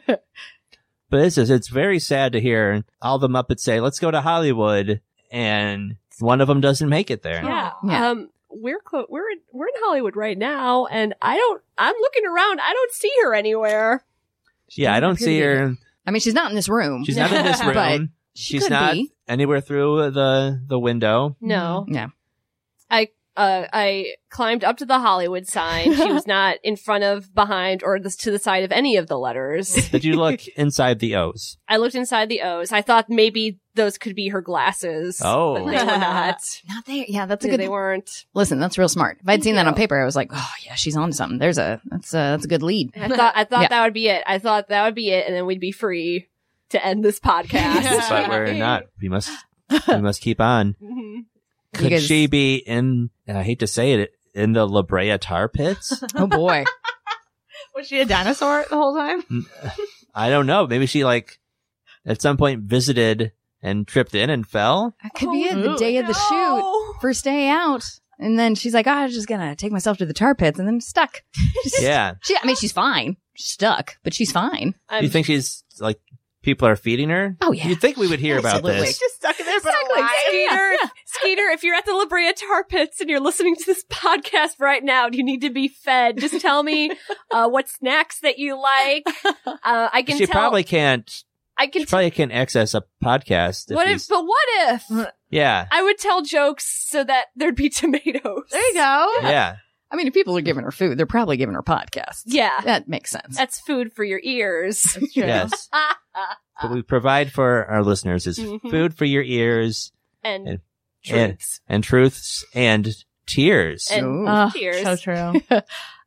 Speaker 2: But this is, it's very sad to hear all the Muppets say, let's go to Hollywood. And one of them doesn't make it there.
Speaker 3: Yeah.
Speaker 5: Yeah.
Speaker 3: Um, we're clo- we're in, we're in Hollywood right now, and I don't. I'm looking around. I don't see her anywhere.
Speaker 2: yeah, I don't
Speaker 5: appear
Speaker 2: see
Speaker 5: to
Speaker 2: her.
Speaker 5: be. I mean, she's not in this room.
Speaker 2: She's not in this room.
Speaker 5: But she
Speaker 2: She's
Speaker 5: could
Speaker 2: not
Speaker 5: be.
Speaker 2: anywhere through the the window.
Speaker 3: No.
Speaker 5: Yeah.
Speaker 3: Mm-hmm. I uh I climbed up to the Hollywood sign. She was not in front of, behind, or this, to the side of any of the letters.
Speaker 2: Did you look inside the O's?
Speaker 3: I looked inside the O's. I thought maybe those could be her glasses.
Speaker 2: Oh.
Speaker 3: but they were not.
Speaker 5: Not there. Yeah, that's a
Speaker 3: Yeah,
Speaker 5: good.
Speaker 3: they weren't.
Speaker 5: Listen, that's real smart. If I'd seen that
Speaker 3: you.
Speaker 5: on paper, I was like, oh yeah, she's on to something. There's a that's a that's a good lead.
Speaker 3: I thought I thought
Speaker 5: Yeah.
Speaker 3: that would be it. I thought that would be it, and then we'd be free to end this podcast.
Speaker 7: Yeah.
Speaker 2: But we're not. We must. We must keep on.
Speaker 3: Mhm.
Speaker 2: Could
Speaker 5: guys-
Speaker 2: she be in? I hate to say it. In the La Brea tar pits.
Speaker 5: Oh boy.
Speaker 6: Was she a dinosaur the whole time?
Speaker 2: I don't know. Maybe she like at some point visited and tripped in and fell.
Speaker 5: That could be it. The
Speaker 3: Oh,
Speaker 6: Ooh.
Speaker 5: day of the shoot, first day out, and then she's like, oh, I was just gonna take myself to the tar pits, and then I'm stuck. She's-
Speaker 2: Yeah.
Speaker 5: She, I mean, she's fine. She's stuck, but she's fine.
Speaker 3: I'm-
Speaker 2: you think she's like people are feeding her?
Speaker 5: Oh, yeah.
Speaker 2: You think we would hear about
Speaker 5: Absolutely.
Speaker 2: this?
Speaker 6: Just stuck in there for
Speaker 3: Exactly. Skeeter, Skeeter, if you're at the La Brea Tar Pits and you're listening to this podcast right now and you need to be fed, just tell me uh, what snacks that you like. Uh, I can
Speaker 2: She
Speaker 3: tell.
Speaker 2: probably can't.
Speaker 3: I can
Speaker 2: She
Speaker 3: tell.
Speaker 2: probably can't access a podcast. If
Speaker 3: What
Speaker 2: he's-
Speaker 3: if? But what if?
Speaker 2: yeah.
Speaker 3: I would tell jokes so that there'd be tomatoes.
Speaker 6: There you go.
Speaker 2: Yeah.
Speaker 5: I mean, if people are giving her food, they're probably giving her podcasts.
Speaker 3: Yeah,
Speaker 5: That makes sense.
Speaker 3: that's food for your ears.
Speaker 6: That's true.
Speaker 2: Yes. But we provide for our listeners is
Speaker 3: Mhm.
Speaker 2: food for your ears
Speaker 3: and
Speaker 2: And-
Speaker 3: truths
Speaker 2: and truths and tears.
Speaker 3: and,
Speaker 5: Ooh.
Speaker 6: Oh,
Speaker 3: tears.
Speaker 6: so true.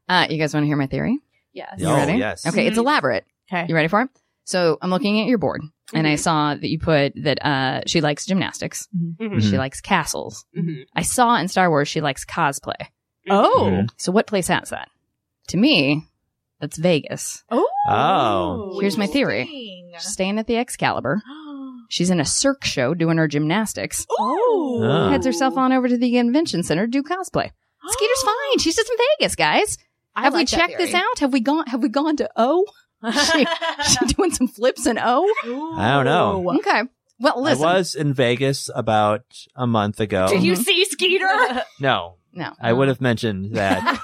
Speaker 5: Uh, you guys want to hear my theory?
Speaker 3: yes.
Speaker 5: You
Speaker 2: Oh,
Speaker 5: ready?
Speaker 2: yes.
Speaker 5: Okay, it's elaborate.
Speaker 6: Mm-hmm. Okay. Mm-hmm.
Speaker 5: You ready for it? So I'm looking at your board, and I saw that you put that uh, she likes gymnastics.
Speaker 3: Mhm.
Speaker 5: She likes castles.
Speaker 3: Mhm.
Speaker 5: I saw in Star Wars she likes cosplay.
Speaker 6: Mm-hmm. Oh.
Speaker 2: Mhm.
Speaker 5: So what place has that? To me, that's Vegas.
Speaker 6: Oh.
Speaker 2: Oh.
Speaker 5: Here's my theory. She's staying at the Excalibur. She's in a Cirque show doing her gymnastics.
Speaker 6: oh.
Speaker 2: Oh.
Speaker 5: Heads herself on over to the convention center to do cosplay. Skeeter's fine. She's just in Vegas, guys.
Speaker 6: I
Speaker 5: have we
Speaker 6: like that
Speaker 5: checked this
Speaker 6: theory.
Speaker 5: out? Have we gone? Have we gone to O? She, she doing some flips in O.
Speaker 2: I don't know.
Speaker 6: Ooh.
Speaker 5: Okay. Well, listen.
Speaker 2: I was in Vegas about a month ago.
Speaker 3: Did you see Skeeter?
Speaker 2: no,
Speaker 5: no,
Speaker 2: I would have mentioned that.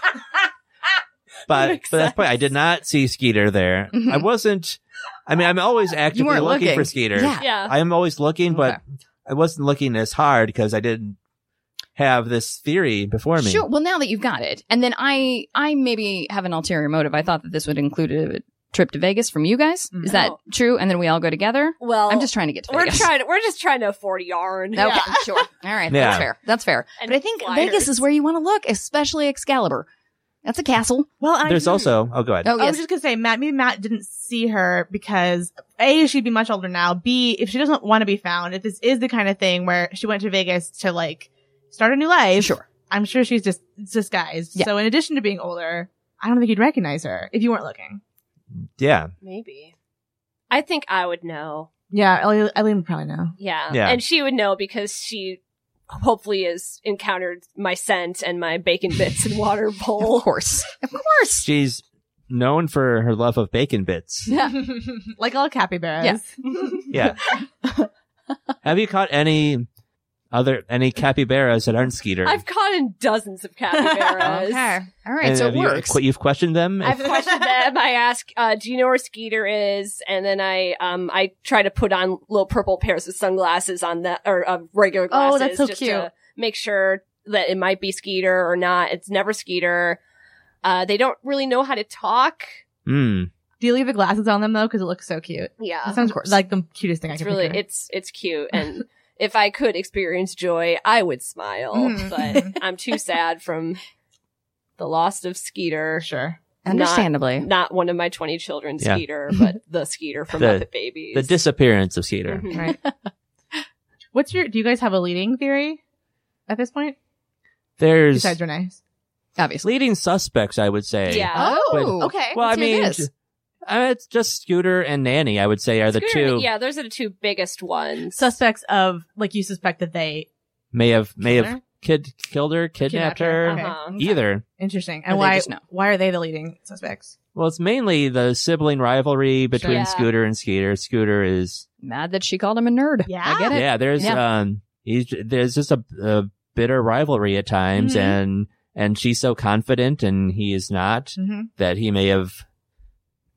Speaker 2: but but that's point. I did not see Skeeter there.
Speaker 5: Mhm.
Speaker 2: I wasn't. I mean, I'm always actively
Speaker 5: weren't
Speaker 2: looking,
Speaker 5: looking.
Speaker 2: for Skeeter.
Speaker 5: Yeah.
Speaker 3: yeah.
Speaker 2: I am always looking, but
Speaker 5: Okay.
Speaker 2: I wasn't looking as hard because I didn't have this theory before me.
Speaker 5: Sure. Well, now that you've got it, and then I, I maybe have an ulterior motive. I thought that this would include a trip to Vegas from you guys. Is that
Speaker 3: No.
Speaker 5: true? And then we all go together.
Speaker 3: Well,
Speaker 5: I'm just trying to get to
Speaker 3: We're
Speaker 5: Vegas.
Speaker 3: trying. We're just trying to afford yarn.
Speaker 5: Okay, sure. All right,
Speaker 2: Yeah.
Speaker 5: that's fair. That's fair.
Speaker 3: And
Speaker 5: but I think
Speaker 3: flyers.
Speaker 5: Vegas is where you want to look, especially Excalibur. That's a castle.
Speaker 6: Well, I
Speaker 2: There's
Speaker 6: hmm.
Speaker 2: also oh, go ahead.
Speaker 5: Oh
Speaker 6: I was
Speaker 5: yes,
Speaker 6: just gonna say, Matt. Maybe Matt didn't see her because a she'd be much older now. B if she doesn't want to be found, if this is the kind of thing where she went to Vegas to like start a new life,
Speaker 5: sure.
Speaker 6: I'm sure she's just disguised.
Speaker 5: Yeah.
Speaker 6: So in addition to being older, I don't think you'd recognize her if you weren't looking.
Speaker 2: Yeah,
Speaker 3: Maybe. I think I would know.
Speaker 6: Yeah, Eileen, Eileen would probably know.
Speaker 3: Yeah.
Speaker 2: Yeah.
Speaker 3: And she would know because she hopefully has encountered my scent and my bacon bits and water
Speaker 5: Of
Speaker 3: bowl.
Speaker 5: course, of course.
Speaker 2: she's known for her love of bacon bits.
Speaker 6: like all capybaras.
Speaker 5: Yeah.
Speaker 2: Yeah. have you caught any other any capybaras that aren't Skeeter?
Speaker 3: I've caught in dozens of capybaras.
Speaker 5: All right,
Speaker 2: And
Speaker 5: so it
Speaker 2: have you-
Speaker 5: works.
Speaker 2: qu- you've questioned them.
Speaker 3: I've questioned them. I ask, uh, "Do you know where Skeeter is?" And then I, um, I try to put on little purple pairs of sunglasses on that or uh, regular glasses.
Speaker 6: Oh, that's so
Speaker 3: just
Speaker 6: cute.
Speaker 3: To make sure that it might be Skeeter or not. It's never Skeeter. Uh, they don't really know how to talk.
Speaker 2: Hmm.
Speaker 6: Do you leave the glasses on them though? Because it looks so cute.
Speaker 3: Yeah,
Speaker 6: That sounds
Speaker 5: course.
Speaker 6: like the cutest thing
Speaker 3: it's
Speaker 6: I can
Speaker 3: really
Speaker 6: picture.
Speaker 3: it's it's cute. And if I could experience joy, I would smile.
Speaker 6: Mm.
Speaker 3: But I'm too sad from the loss of Skeeter.
Speaker 6: sure.
Speaker 5: Understandably,
Speaker 3: Not one of my 20 children,
Speaker 2: Yeah.
Speaker 3: Skeeter, but the Skeeter from
Speaker 2: The-
Speaker 3: Muppet Babies.
Speaker 2: The disappearance of Skeeter.
Speaker 5: Mm-hmm.
Speaker 3: Mhm.
Speaker 6: Right. What's your? Do you guys have a leading theory at this point?
Speaker 2: There's
Speaker 6: Besides Renee's.
Speaker 5: obviously.
Speaker 2: leading suspects, I would say.
Speaker 3: Yeah.
Speaker 5: Oh,
Speaker 2: But-
Speaker 6: Okay.
Speaker 2: Well, I
Speaker 5: Let's hear
Speaker 2: mean,
Speaker 5: this.
Speaker 2: j- I mean, it's just Scooter and Nanny. I would say are the
Speaker 3: Scooter-
Speaker 2: two
Speaker 3: Yeah, those are the two biggest ones.
Speaker 6: Suspects of like you suspect that they
Speaker 2: may have may
Speaker 6: Killer?
Speaker 2: have kid killed her, kidnapped,
Speaker 6: Kidnapped her,
Speaker 2: her.
Speaker 6: okay.
Speaker 3: Uh-huh.
Speaker 2: Either.
Speaker 6: interesting.
Speaker 5: Or
Speaker 6: And
Speaker 5: they
Speaker 6: why?
Speaker 5: just know.
Speaker 6: Why are they the leading suspects?
Speaker 2: Well, it's mainly the sibling rivalry between
Speaker 3: Yeah.
Speaker 2: Scooter and Skeeter. Scooter is
Speaker 5: mad that she called him a nerd.
Speaker 6: Yeah?
Speaker 5: I get it.
Speaker 2: yeah. There's
Speaker 5: Yeah.
Speaker 2: um he's there's just a, a bitter rivalry at times,
Speaker 6: Mhm.
Speaker 2: and and she's so confident, and he is not
Speaker 6: hmm
Speaker 2: that he may have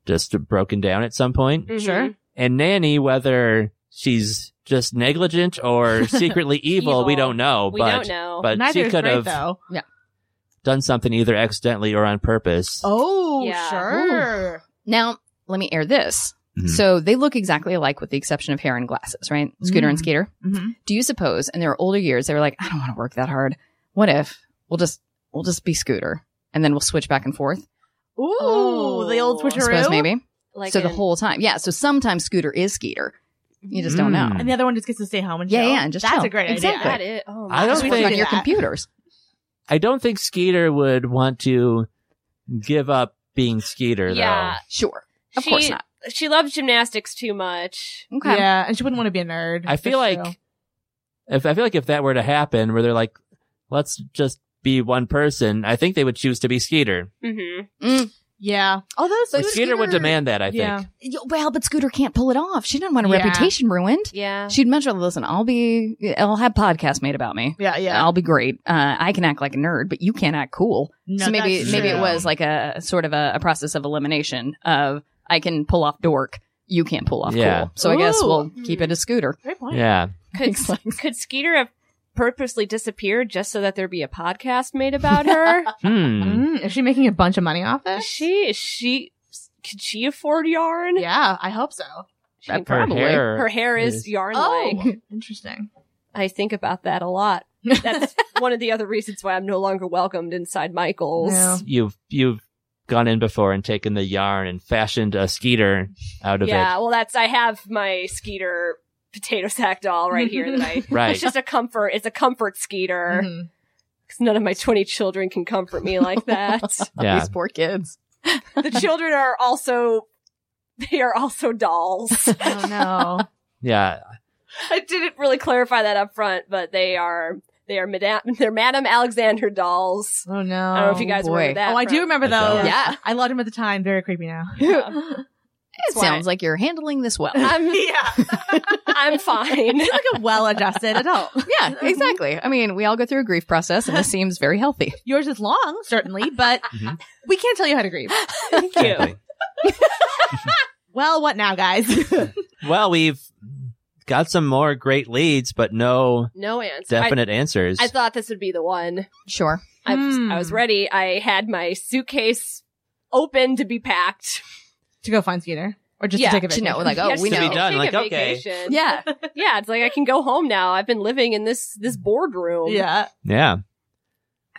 Speaker 2: just broken down at some point.
Speaker 5: Sure.
Speaker 2: And Nanny, whether she's just negligent or secretly evil, we
Speaker 3: Evil.
Speaker 2: don't know.
Speaker 8: We
Speaker 2: Oh, but
Speaker 8: don't know.
Speaker 2: but
Speaker 6: Neither
Speaker 2: Uh, she
Speaker 6: is
Speaker 2: could
Speaker 6: great,
Speaker 2: have
Speaker 6: though.
Speaker 2: done something either accidentally or on purpose.
Speaker 6: Oh,
Speaker 3: Yeah.
Speaker 6: sure.
Speaker 5: Now, let me air this.
Speaker 2: Mhm.
Speaker 5: So they look exactly alike with the exception of hair and glasses, right?
Speaker 2: Mm-hmm.
Speaker 5: Scooter and
Speaker 6: Mm.
Speaker 5: Skeeter.
Speaker 6: Mhm.
Speaker 5: Do you suppose in their older years they were like, I don't want to work that hard. What if we'll just we'll just be Scooter and then we'll switch back and forth?
Speaker 6: Ooh, the old
Speaker 3: Oh, I
Speaker 5: I suppose
Speaker 6: switcheroo.
Speaker 5: maybe.
Speaker 8: Like
Speaker 5: so the
Speaker 8: in-
Speaker 5: whole time, yeah. So sometimes Scooter is Skeeter. You just don't know.
Speaker 2: Mm.
Speaker 6: And the other one just gets to stay home and
Speaker 5: Yeah,
Speaker 6: chill.
Speaker 5: yeah, and just
Speaker 6: that's
Speaker 5: chill.
Speaker 6: a great
Speaker 5: Exactly.
Speaker 6: idea.
Speaker 8: that is. Oh,
Speaker 2: I
Speaker 5: Just
Speaker 2: don't
Speaker 5: working on
Speaker 2: think
Speaker 5: your
Speaker 6: that.
Speaker 5: computers.
Speaker 2: I don't think Skeeter would want to give up being Skeeter
Speaker 3: Yeah.
Speaker 5: Sure, of
Speaker 3: She-
Speaker 5: course not.
Speaker 3: She loves gymnastics too much.
Speaker 5: Okay.
Speaker 6: Yeah, and she wouldn't want to be a nerd.
Speaker 2: though. I feel
Speaker 6: That's
Speaker 2: like
Speaker 6: true.
Speaker 2: if I feel like if that were to happen where they're like let's just be one person, I think they would choose to be Skeeter.
Speaker 3: Mm-hmm.
Speaker 6: yeah. Although
Speaker 2: But
Speaker 5: But
Speaker 2: Skeeter,
Speaker 6: Scooter-
Speaker 2: would
Speaker 5: Skeeter-
Speaker 2: demand that, I think.
Speaker 6: Yeah.
Speaker 5: Y- Well, but Scooter can't pull it off. She didn't want her
Speaker 6: Yeah.
Speaker 5: reputation ruined.
Speaker 8: yeah.
Speaker 5: She'd much rather listen. I'll be. I'll have podcasts made about me.
Speaker 6: yeah, yeah.
Speaker 5: I'll be great. Uh, I can act like a nerd, but you can't act cool.
Speaker 6: No,
Speaker 5: so maybe
Speaker 6: that's
Speaker 5: maybe
Speaker 6: true.
Speaker 5: it was like a sort of a, a process of elimination of I can pull off dork, you can't pull off
Speaker 2: Yeah.
Speaker 5: cool. So I guess
Speaker 6: Ooh.
Speaker 5: we'll keep it a scooter.
Speaker 6: Great point.
Speaker 2: Yeah.
Speaker 3: Could
Speaker 5: Thanks.
Speaker 3: could Skeeter have purposely disappeared just so that there'd be a podcast made about her?
Speaker 2: Hmm.
Speaker 6: Mm, is she making a bunch of money off
Speaker 3: Is
Speaker 6: this?
Speaker 3: she is she could she afford yarn?
Speaker 6: Yeah, I hope so. Oh,
Speaker 3: She can
Speaker 5: That part-
Speaker 2: Her
Speaker 5: Probably.
Speaker 2: hair.
Speaker 3: Her hair
Speaker 2: is-
Speaker 3: is yarn
Speaker 5: Oh.
Speaker 3: like.
Speaker 6: interesting.
Speaker 3: I think about that a lot. That's one of the other reasons why I'm no longer welcomed inside Michael's.
Speaker 6: Yeah.
Speaker 2: You've you've gone in before and taken the yarn and fashioned a Skeeter out of
Speaker 3: Yeah,
Speaker 2: it.
Speaker 3: well, that's I have my Skeeter potato sack doll right here that I.
Speaker 2: Right.
Speaker 3: It's just a comfort. It's a comfort Skeeter
Speaker 6: Mhm.
Speaker 3: because none of my twenty children can comfort me like that.
Speaker 2: yeah.
Speaker 5: These poor kids.
Speaker 3: the children are also they are also dolls.
Speaker 6: Oh no.
Speaker 2: Yeah.
Speaker 3: I didn't really clarify that up front, but they are they are Madame they're Madame Alexander dolls.
Speaker 6: Oh no.
Speaker 3: I don't know if you guys
Speaker 5: boy.
Speaker 3: remember that.
Speaker 6: Oh, I
Speaker 3: from-
Speaker 6: do remember
Speaker 2: I
Speaker 6: those.
Speaker 2: don't.
Speaker 5: Yeah.
Speaker 6: I loved him at the time. Very creepy now.
Speaker 3: Yeah.
Speaker 5: It
Speaker 3: why-
Speaker 5: sounds like you're handling this well.
Speaker 3: I'm
Speaker 6: yeah.
Speaker 3: I'm fine.
Speaker 6: He's like a well-adjusted adult.
Speaker 5: yeah, exactly. I mean, we all go through a grief process and this seems very healthy.
Speaker 6: Yours is long, certainly, but
Speaker 2: Mhm.
Speaker 6: we can't tell you how to grieve.
Speaker 3: Thank you.
Speaker 6: Well, what now, guys?
Speaker 2: Well, we've got some more great leads, but no
Speaker 3: No answer. I-
Speaker 2: definite answers.
Speaker 3: I, thought this would be the one.
Speaker 5: Sure.
Speaker 3: I,
Speaker 6: Hmm.
Speaker 3: I was ready. I had my suitcase open to be packed.
Speaker 6: to go find Skeeter, or just
Speaker 3: Yeah,
Speaker 6: to take a
Speaker 5: to
Speaker 6: vacation?
Speaker 5: know, like, oh,
Speaker 3: Yes,
Speaker 5: we
Speaker 2: To be
Speaker 5: know.
Speaker 2: done.
Speaker 3: take
Speaker 2: like,
Speaker 3: a
Speaker 2: okay.
Speaker 3: vacation.
Speaker 5: Yeah.
Speaker 3: yeah. It's like I can go home now. I've been living in this this boardroom.
Speaker 6: yeah.
Speaker 2: yeah.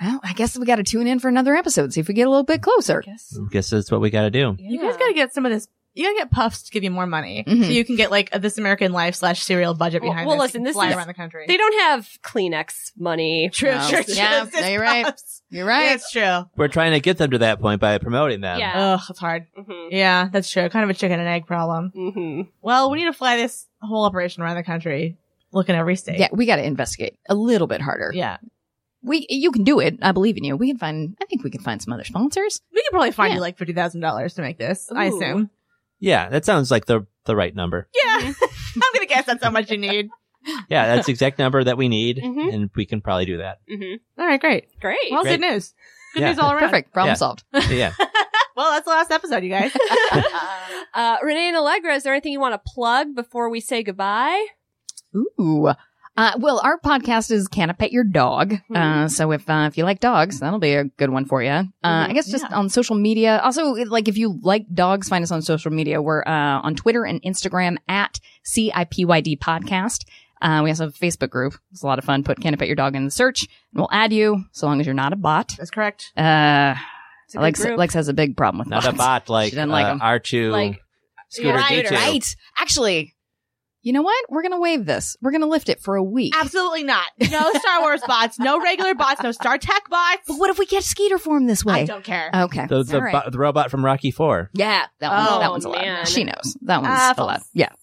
Speaker 5: Well, I guess we got to tune in for another episode, see if we get a little bit closer.
Speaker 3: Yes.
Speaker 2: Guess that's what we got to do.
Speaker 6: You guys gotta get some of this. You gotta get puffs to give you more money,
Speaker 5: Mhm.
Speaker 6: so you can get like a This American Life slash serial budget
Speaker 3: Mm-hmm. Well-
Speaker 6: behind.
Speaker 3: well,
Speaker 6: this.
Speaker 3: listen,
Speaker 6: You can
Speaker 3: this
Speaker 6: fly
Speaker 3: is-
Speaker 6: around the country.
Speaker 3: They don't have Kleenex money.
Speaker 6: True,
Speaker 5: No.
Speaker 6: true,
Speaker 5: Yeah,
Speaker 6: true.
Speaker 5: no, you're right.
Speaker 6: Puffs.
Speaker 5: You're
Speaker 6: Yeah,
Speaker 5: right.
Speaker 6: it's true.
Speaker 2: We're trying to get them to that point by promoting them.
Speaker 3: Yeah.
Speaker 6: Ugh, it's hard.
Speaker 3: Mm-hmm.
Speaker 6: Yeah, that's true. Kind of a chicken and egg problem.
Speaker 3: Mm-hmm.
Speaker 6: Well, we need to fly this whole operation around the country, look in every state.
Speaker 5: Yeah, we got to investigate a little bit harder.
Speaker 6: yeah.
Speaker 5: We, you can do it. I believe in you. We can find, I think we can find some other sponsors.
Speaker 6: We could probably find
Speaker 5: Yeah.
Speaker 6: you like fifty thousand dollars to make this. I
Speaker 3: Ooh.
Speaker 6: assume.
Speaker 2: Yeah, that sounds like the the right number.
Speaker 6: Yeah, I'm gonna guess that's how much you need.
Speaker 2: Yeah, that's the exact number that we need,
Speaker 3: Mhm.
Speaker 2: and we can probably do that.
Speaker 3: Mm-hmm.
Speaker 6: All right, great.
Speaker 3: Great.
Speaker 6: Well,
Speaker 2: Great.
Speaker 6: good news. Good
Speaker 2: Yeah.
Speaker 6: news all around.
Speaker 5: Perfect. Problem
Speaker 2: Yeah.
Speaker 5: solved.
Speaker 2: Yeah.
Speaker 6: Well, that's the last episode, you guys.
Speaker 3: uh, Renee and Allegra, is there anything you want to plug before we say goodbye?
Speaker 5: Ooh. Uh, well, our podcast is Can I Pet Your Dog?
Speaker 3: Hmm.
Speaker 5: Uh, so if uh, if you like dogs, that'll be a good one for you. Uh,
Speaker 3: Mm-hmm.
Speaker 5: I guess just
Speaker 6: yeah.
Speaker 5: on social media. Also, like if you like dogs, find us on social media. We're uh, on Twitter and Instagram at CIPYD Podcast. Uh, we also have a Facebook group. It's a lot of fun. Put Can I Pet Your Dog in the search, and we'll add you so long as you're not a bot.
Speaker 6: that's correct.
Speaker 5: Uh,
Speaker 3: It's a good
Speaker 5: Lex,
Speaker 3: group.
Speaker 5: Lex has a big problem with
Speaker 2: Not a
Speaker 5: bots.
Speaker 2: bot like,
Speaker 5: She doesn't like
Speaker 2: uh,
Speaker 5: 'em.
Speaker 2: R2
Speaker 3: Like-
Speaker 2: Scooter
Speaker 3: Right,
Speaker 2: D2.
Speaker 5: Right. Actually, you know what? We're going to waive this. We're going to lift it for a week.
Speaker 6: Absolutely not. No Star Wars bots. No regular bots. No Star Trek bots.
Speaker 5: But what if we get Skeeter for him this
Speaker 6: I
Speaker 5: way?
Speaker 6: don't care.
Speaker 5: Okay.
Speaker 2: The, the,
Speaker 5: All right.
Speaker 2: bo- the robot from Rocky 4.
Speaker 5: yeah, that one.
Speaker 6: Oh,
Speaker 5: that one's a lot.
Speaker 3: man.
Speaker 5: She knows. That one's
Speaker 6: Ah,
Speaker 5: a lot. Yeah.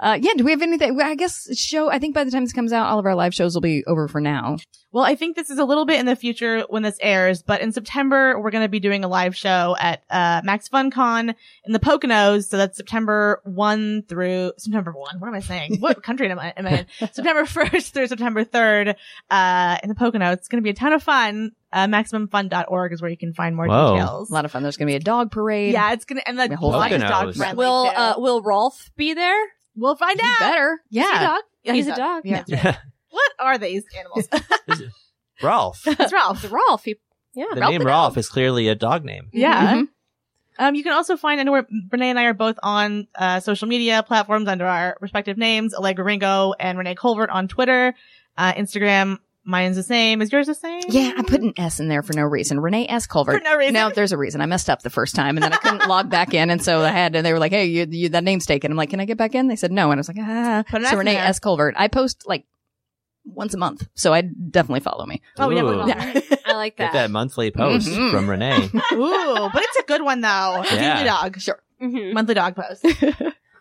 Speaker 5: Uh, yeah. Do we have anything? well, I guess show. I think by the time this comes out, all of our live shows will be over for now.
Speaker 6: Well, I think this is a little bit in the future when this airs, but in September, we're going to be doing a live show at uh, Max FunCon in the Poconos. So that's September 1 through September 1. What am I saying? what country am I, am I in? September 1st through September 3rd uh, in the Poconos. It's going to be a ton of fun. Uh, MaximumFun.org is where you can find more
Speaker 2: Whoa.
Speaker 6: details.
Speaker 5: A lot of fun. There's going to be a dog parade.
Speaker 6: yeah, it's going to, and the
Speaker 5: The whole
Speaker 6: dog is
Speaker 2: Poconos.
Speaker 6: dog friendly.
Speaker 3: Will
Speaker 6: too.
Speaker 3: uh, Will Rolf be there?
Speaker 6: we'll find
Speaker 5: You
Speaker 6: out.
Speaker 5: better.
Speaker 6: Is he a
Speaker 5: Yeah.
Speaker 6: dog? Yeah,
Speaker 3: he's, a dog.
Speaker 5: Yeah.
Speaker 2: Yeah.
Speaker 6: What are these animals?
Speaker 2: Ralph.
Speaker 6: it's Ralph.
Speaker 3: It's Rolf. He, yeah.
Speaker 2: The
Speaker 6: Ralph
Speaker 2: name
Speaker 6: the
Speaker 2: Ralph
Speaker 6: dog.
Speaker 2: is clearly a dog name.
Speaker 6: Yeah.
Speaker 5: Mhm.
Speaker 6: Um, you can also find I know where Renee and I are both on uh, social media platforms under our respective names, Allegra Ringo and Renee Colvert on Twitter, uh, Instagram. Mine's the same. Is yours the same?
Speaker 5: Yeah, I put an S in there for no reason. Renee S. Culvert.
Speaker 6: For no reason.
Speaker 5: No, there's a reason. I messed up the first time, and then I couldn't log back in, and so I had. And they were like, "Hey, you, you that name's taken." I'm like, "Can I get back in?" They said no, and I was like, "Ah."
Speaker 6: Put an S
Speaker 5: so
Speaker 6: in
Speaker 5: Renee
Speaker 6: there.
Speaker 5: S. Culvert. I post like once a month, so I definitely follow me.
Speaker 6: Oh, yeah,
Speaker 2: Ooh.
Speaker 6: we're
Speaker 5: Yeah.
Speaker 3: I like
Speaker 2: Get
Speaker 3: that.
Speaker 2: that monthly post
Speaker 5: Mhm.
Speaker 2: from Renee.
Speaker 6: Ooh, but it's a good one though. It's
Speaker 2: Yeah.
Speaker 6: Usually dog.
Speaker 5: Sure.
Speaker 3: Mhm.
Speaker 6: Monthly dog post.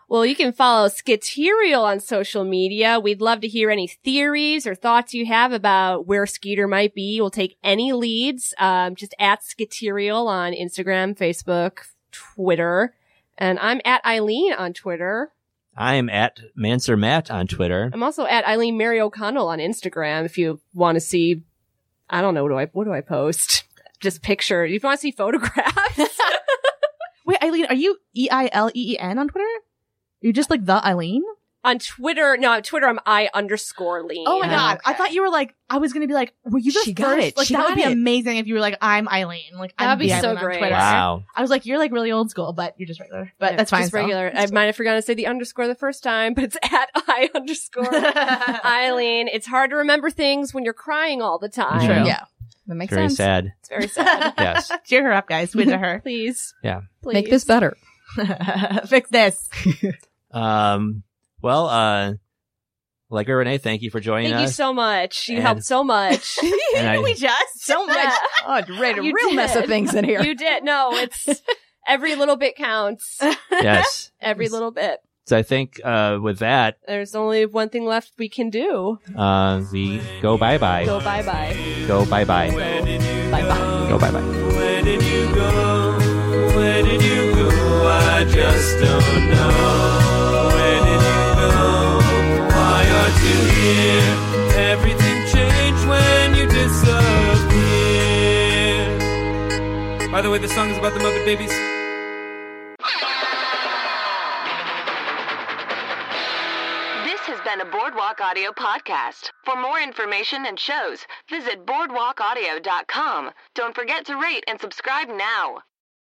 Speaker 3: Well, you can follow Skiterial on social media. We'd love to hear any theories or thoughts you have about where Skeeter might be. We'll take any leads. Um, just at Skiterial on Instagram, Facebook, Twitter. And I'm at Eileen on Twitter.
Speaker 2: I am at Mansur Matt on Twitter.
Speaker 3: I'm also at Eileen Mary O'Connell on Instagram if you want to see, I don't know, what do I, what do I post? Just picture. If you want to see photographs.
Speaker 6: Wait, Eileen, are you E I L E E N on Twitter? You're just like the Eileen?
Speaker 3: on Twitter, no, on Twitter, I'm I underscore Lean. Uh-huh.
Speaker 6: Oh my god! I
Speaker 3: Okay.
Speaker 6: thought you were like I was gonna be like, were you the
Speaker 5: She
Speaker 6: first?
Speaker 5: got it.
Speaker 6: Like
Speaker 5: She
Speaker 6: that
Speaker 5: got
Speaker 6: would be
Speaker 5: it.
Speaker 6: amazing if you were like, I'm Eileen. Like
Speaker 3: That would
Speaker 6: I'm
Speaker 3: be
Speaker 6: the
Speaker 3: so
Speaker 6: Eileen on
Speaker 3: great.
Speaker 6: Twitter.
Speaker 2: Wow.
Speaker 6: I was like, you're like really old school, but you're just regular. But
Speaker 3: Yeah,
Speaker 6: that's fine.
Speaker 3: Just
Speaker 6: still.
Speaker 3: regular. I might have forgotten to say the underscore the first time, but it's at I underscore Eileen. It's hard to remember things when you're crying all the time.
Speaker 2: True. Yeah.
Speaker 5: Yeah, that makes
Speaker 2: Very
Speaker 5: sense.
Speaker 2: sad.
Speaker 3: It's very sad.
Speaker 2: Yes.
Speaker 6: Cheer her up, guys. Sweet to her.
Speaker 3: Please.
Speaker 2: Yeah.
Speaker 3: Please.
Speaker 5: Make this better.
Speaker 6: Fix this.
Speaker 2: Um, well, uh, Allegra Renee, thank you for joining
Speaker 3: Thank you
Speaker 2: us.
Speaker 3: so much. You
Speaker 2: And-
Speaker 3: helped so much.
Speaker 2: And I-
Speaker 6: we just
Speaker 5: So much. Oh, you made a
Speaker 3: You
Speaker 5: real mess
Speaker 3: did.
Speaker 5: of things in here.
Speaker 3: you did. No, it's every little bit counts.
Speaker 2: yes.
Speaker 3: Every little bit.
Speaker 2: So I think uh, with that,
Speaker 3: There's only one thing left we can do.
Speaker 2: uh, we go bye bye.
Speaker 3: Go bye bye.
Speaker 2: Go bye bye.
Speaker 4: Where did you
Speaker 5: Bye bye.
Speaker 4: go?
Speaker 2: Go bye bye.
Speaker 4: Where did you go? Where did you go? I just don't know. Where did you go? Why aren't you here? Everything changed when you disappeared. By the way, the song is about the Muppet Babies.
Speaker 1: This has been a Boardwalk Audio podcast. For more information and shows, visit boardwalkaudio.com. Don't forget to rate and subscribe now.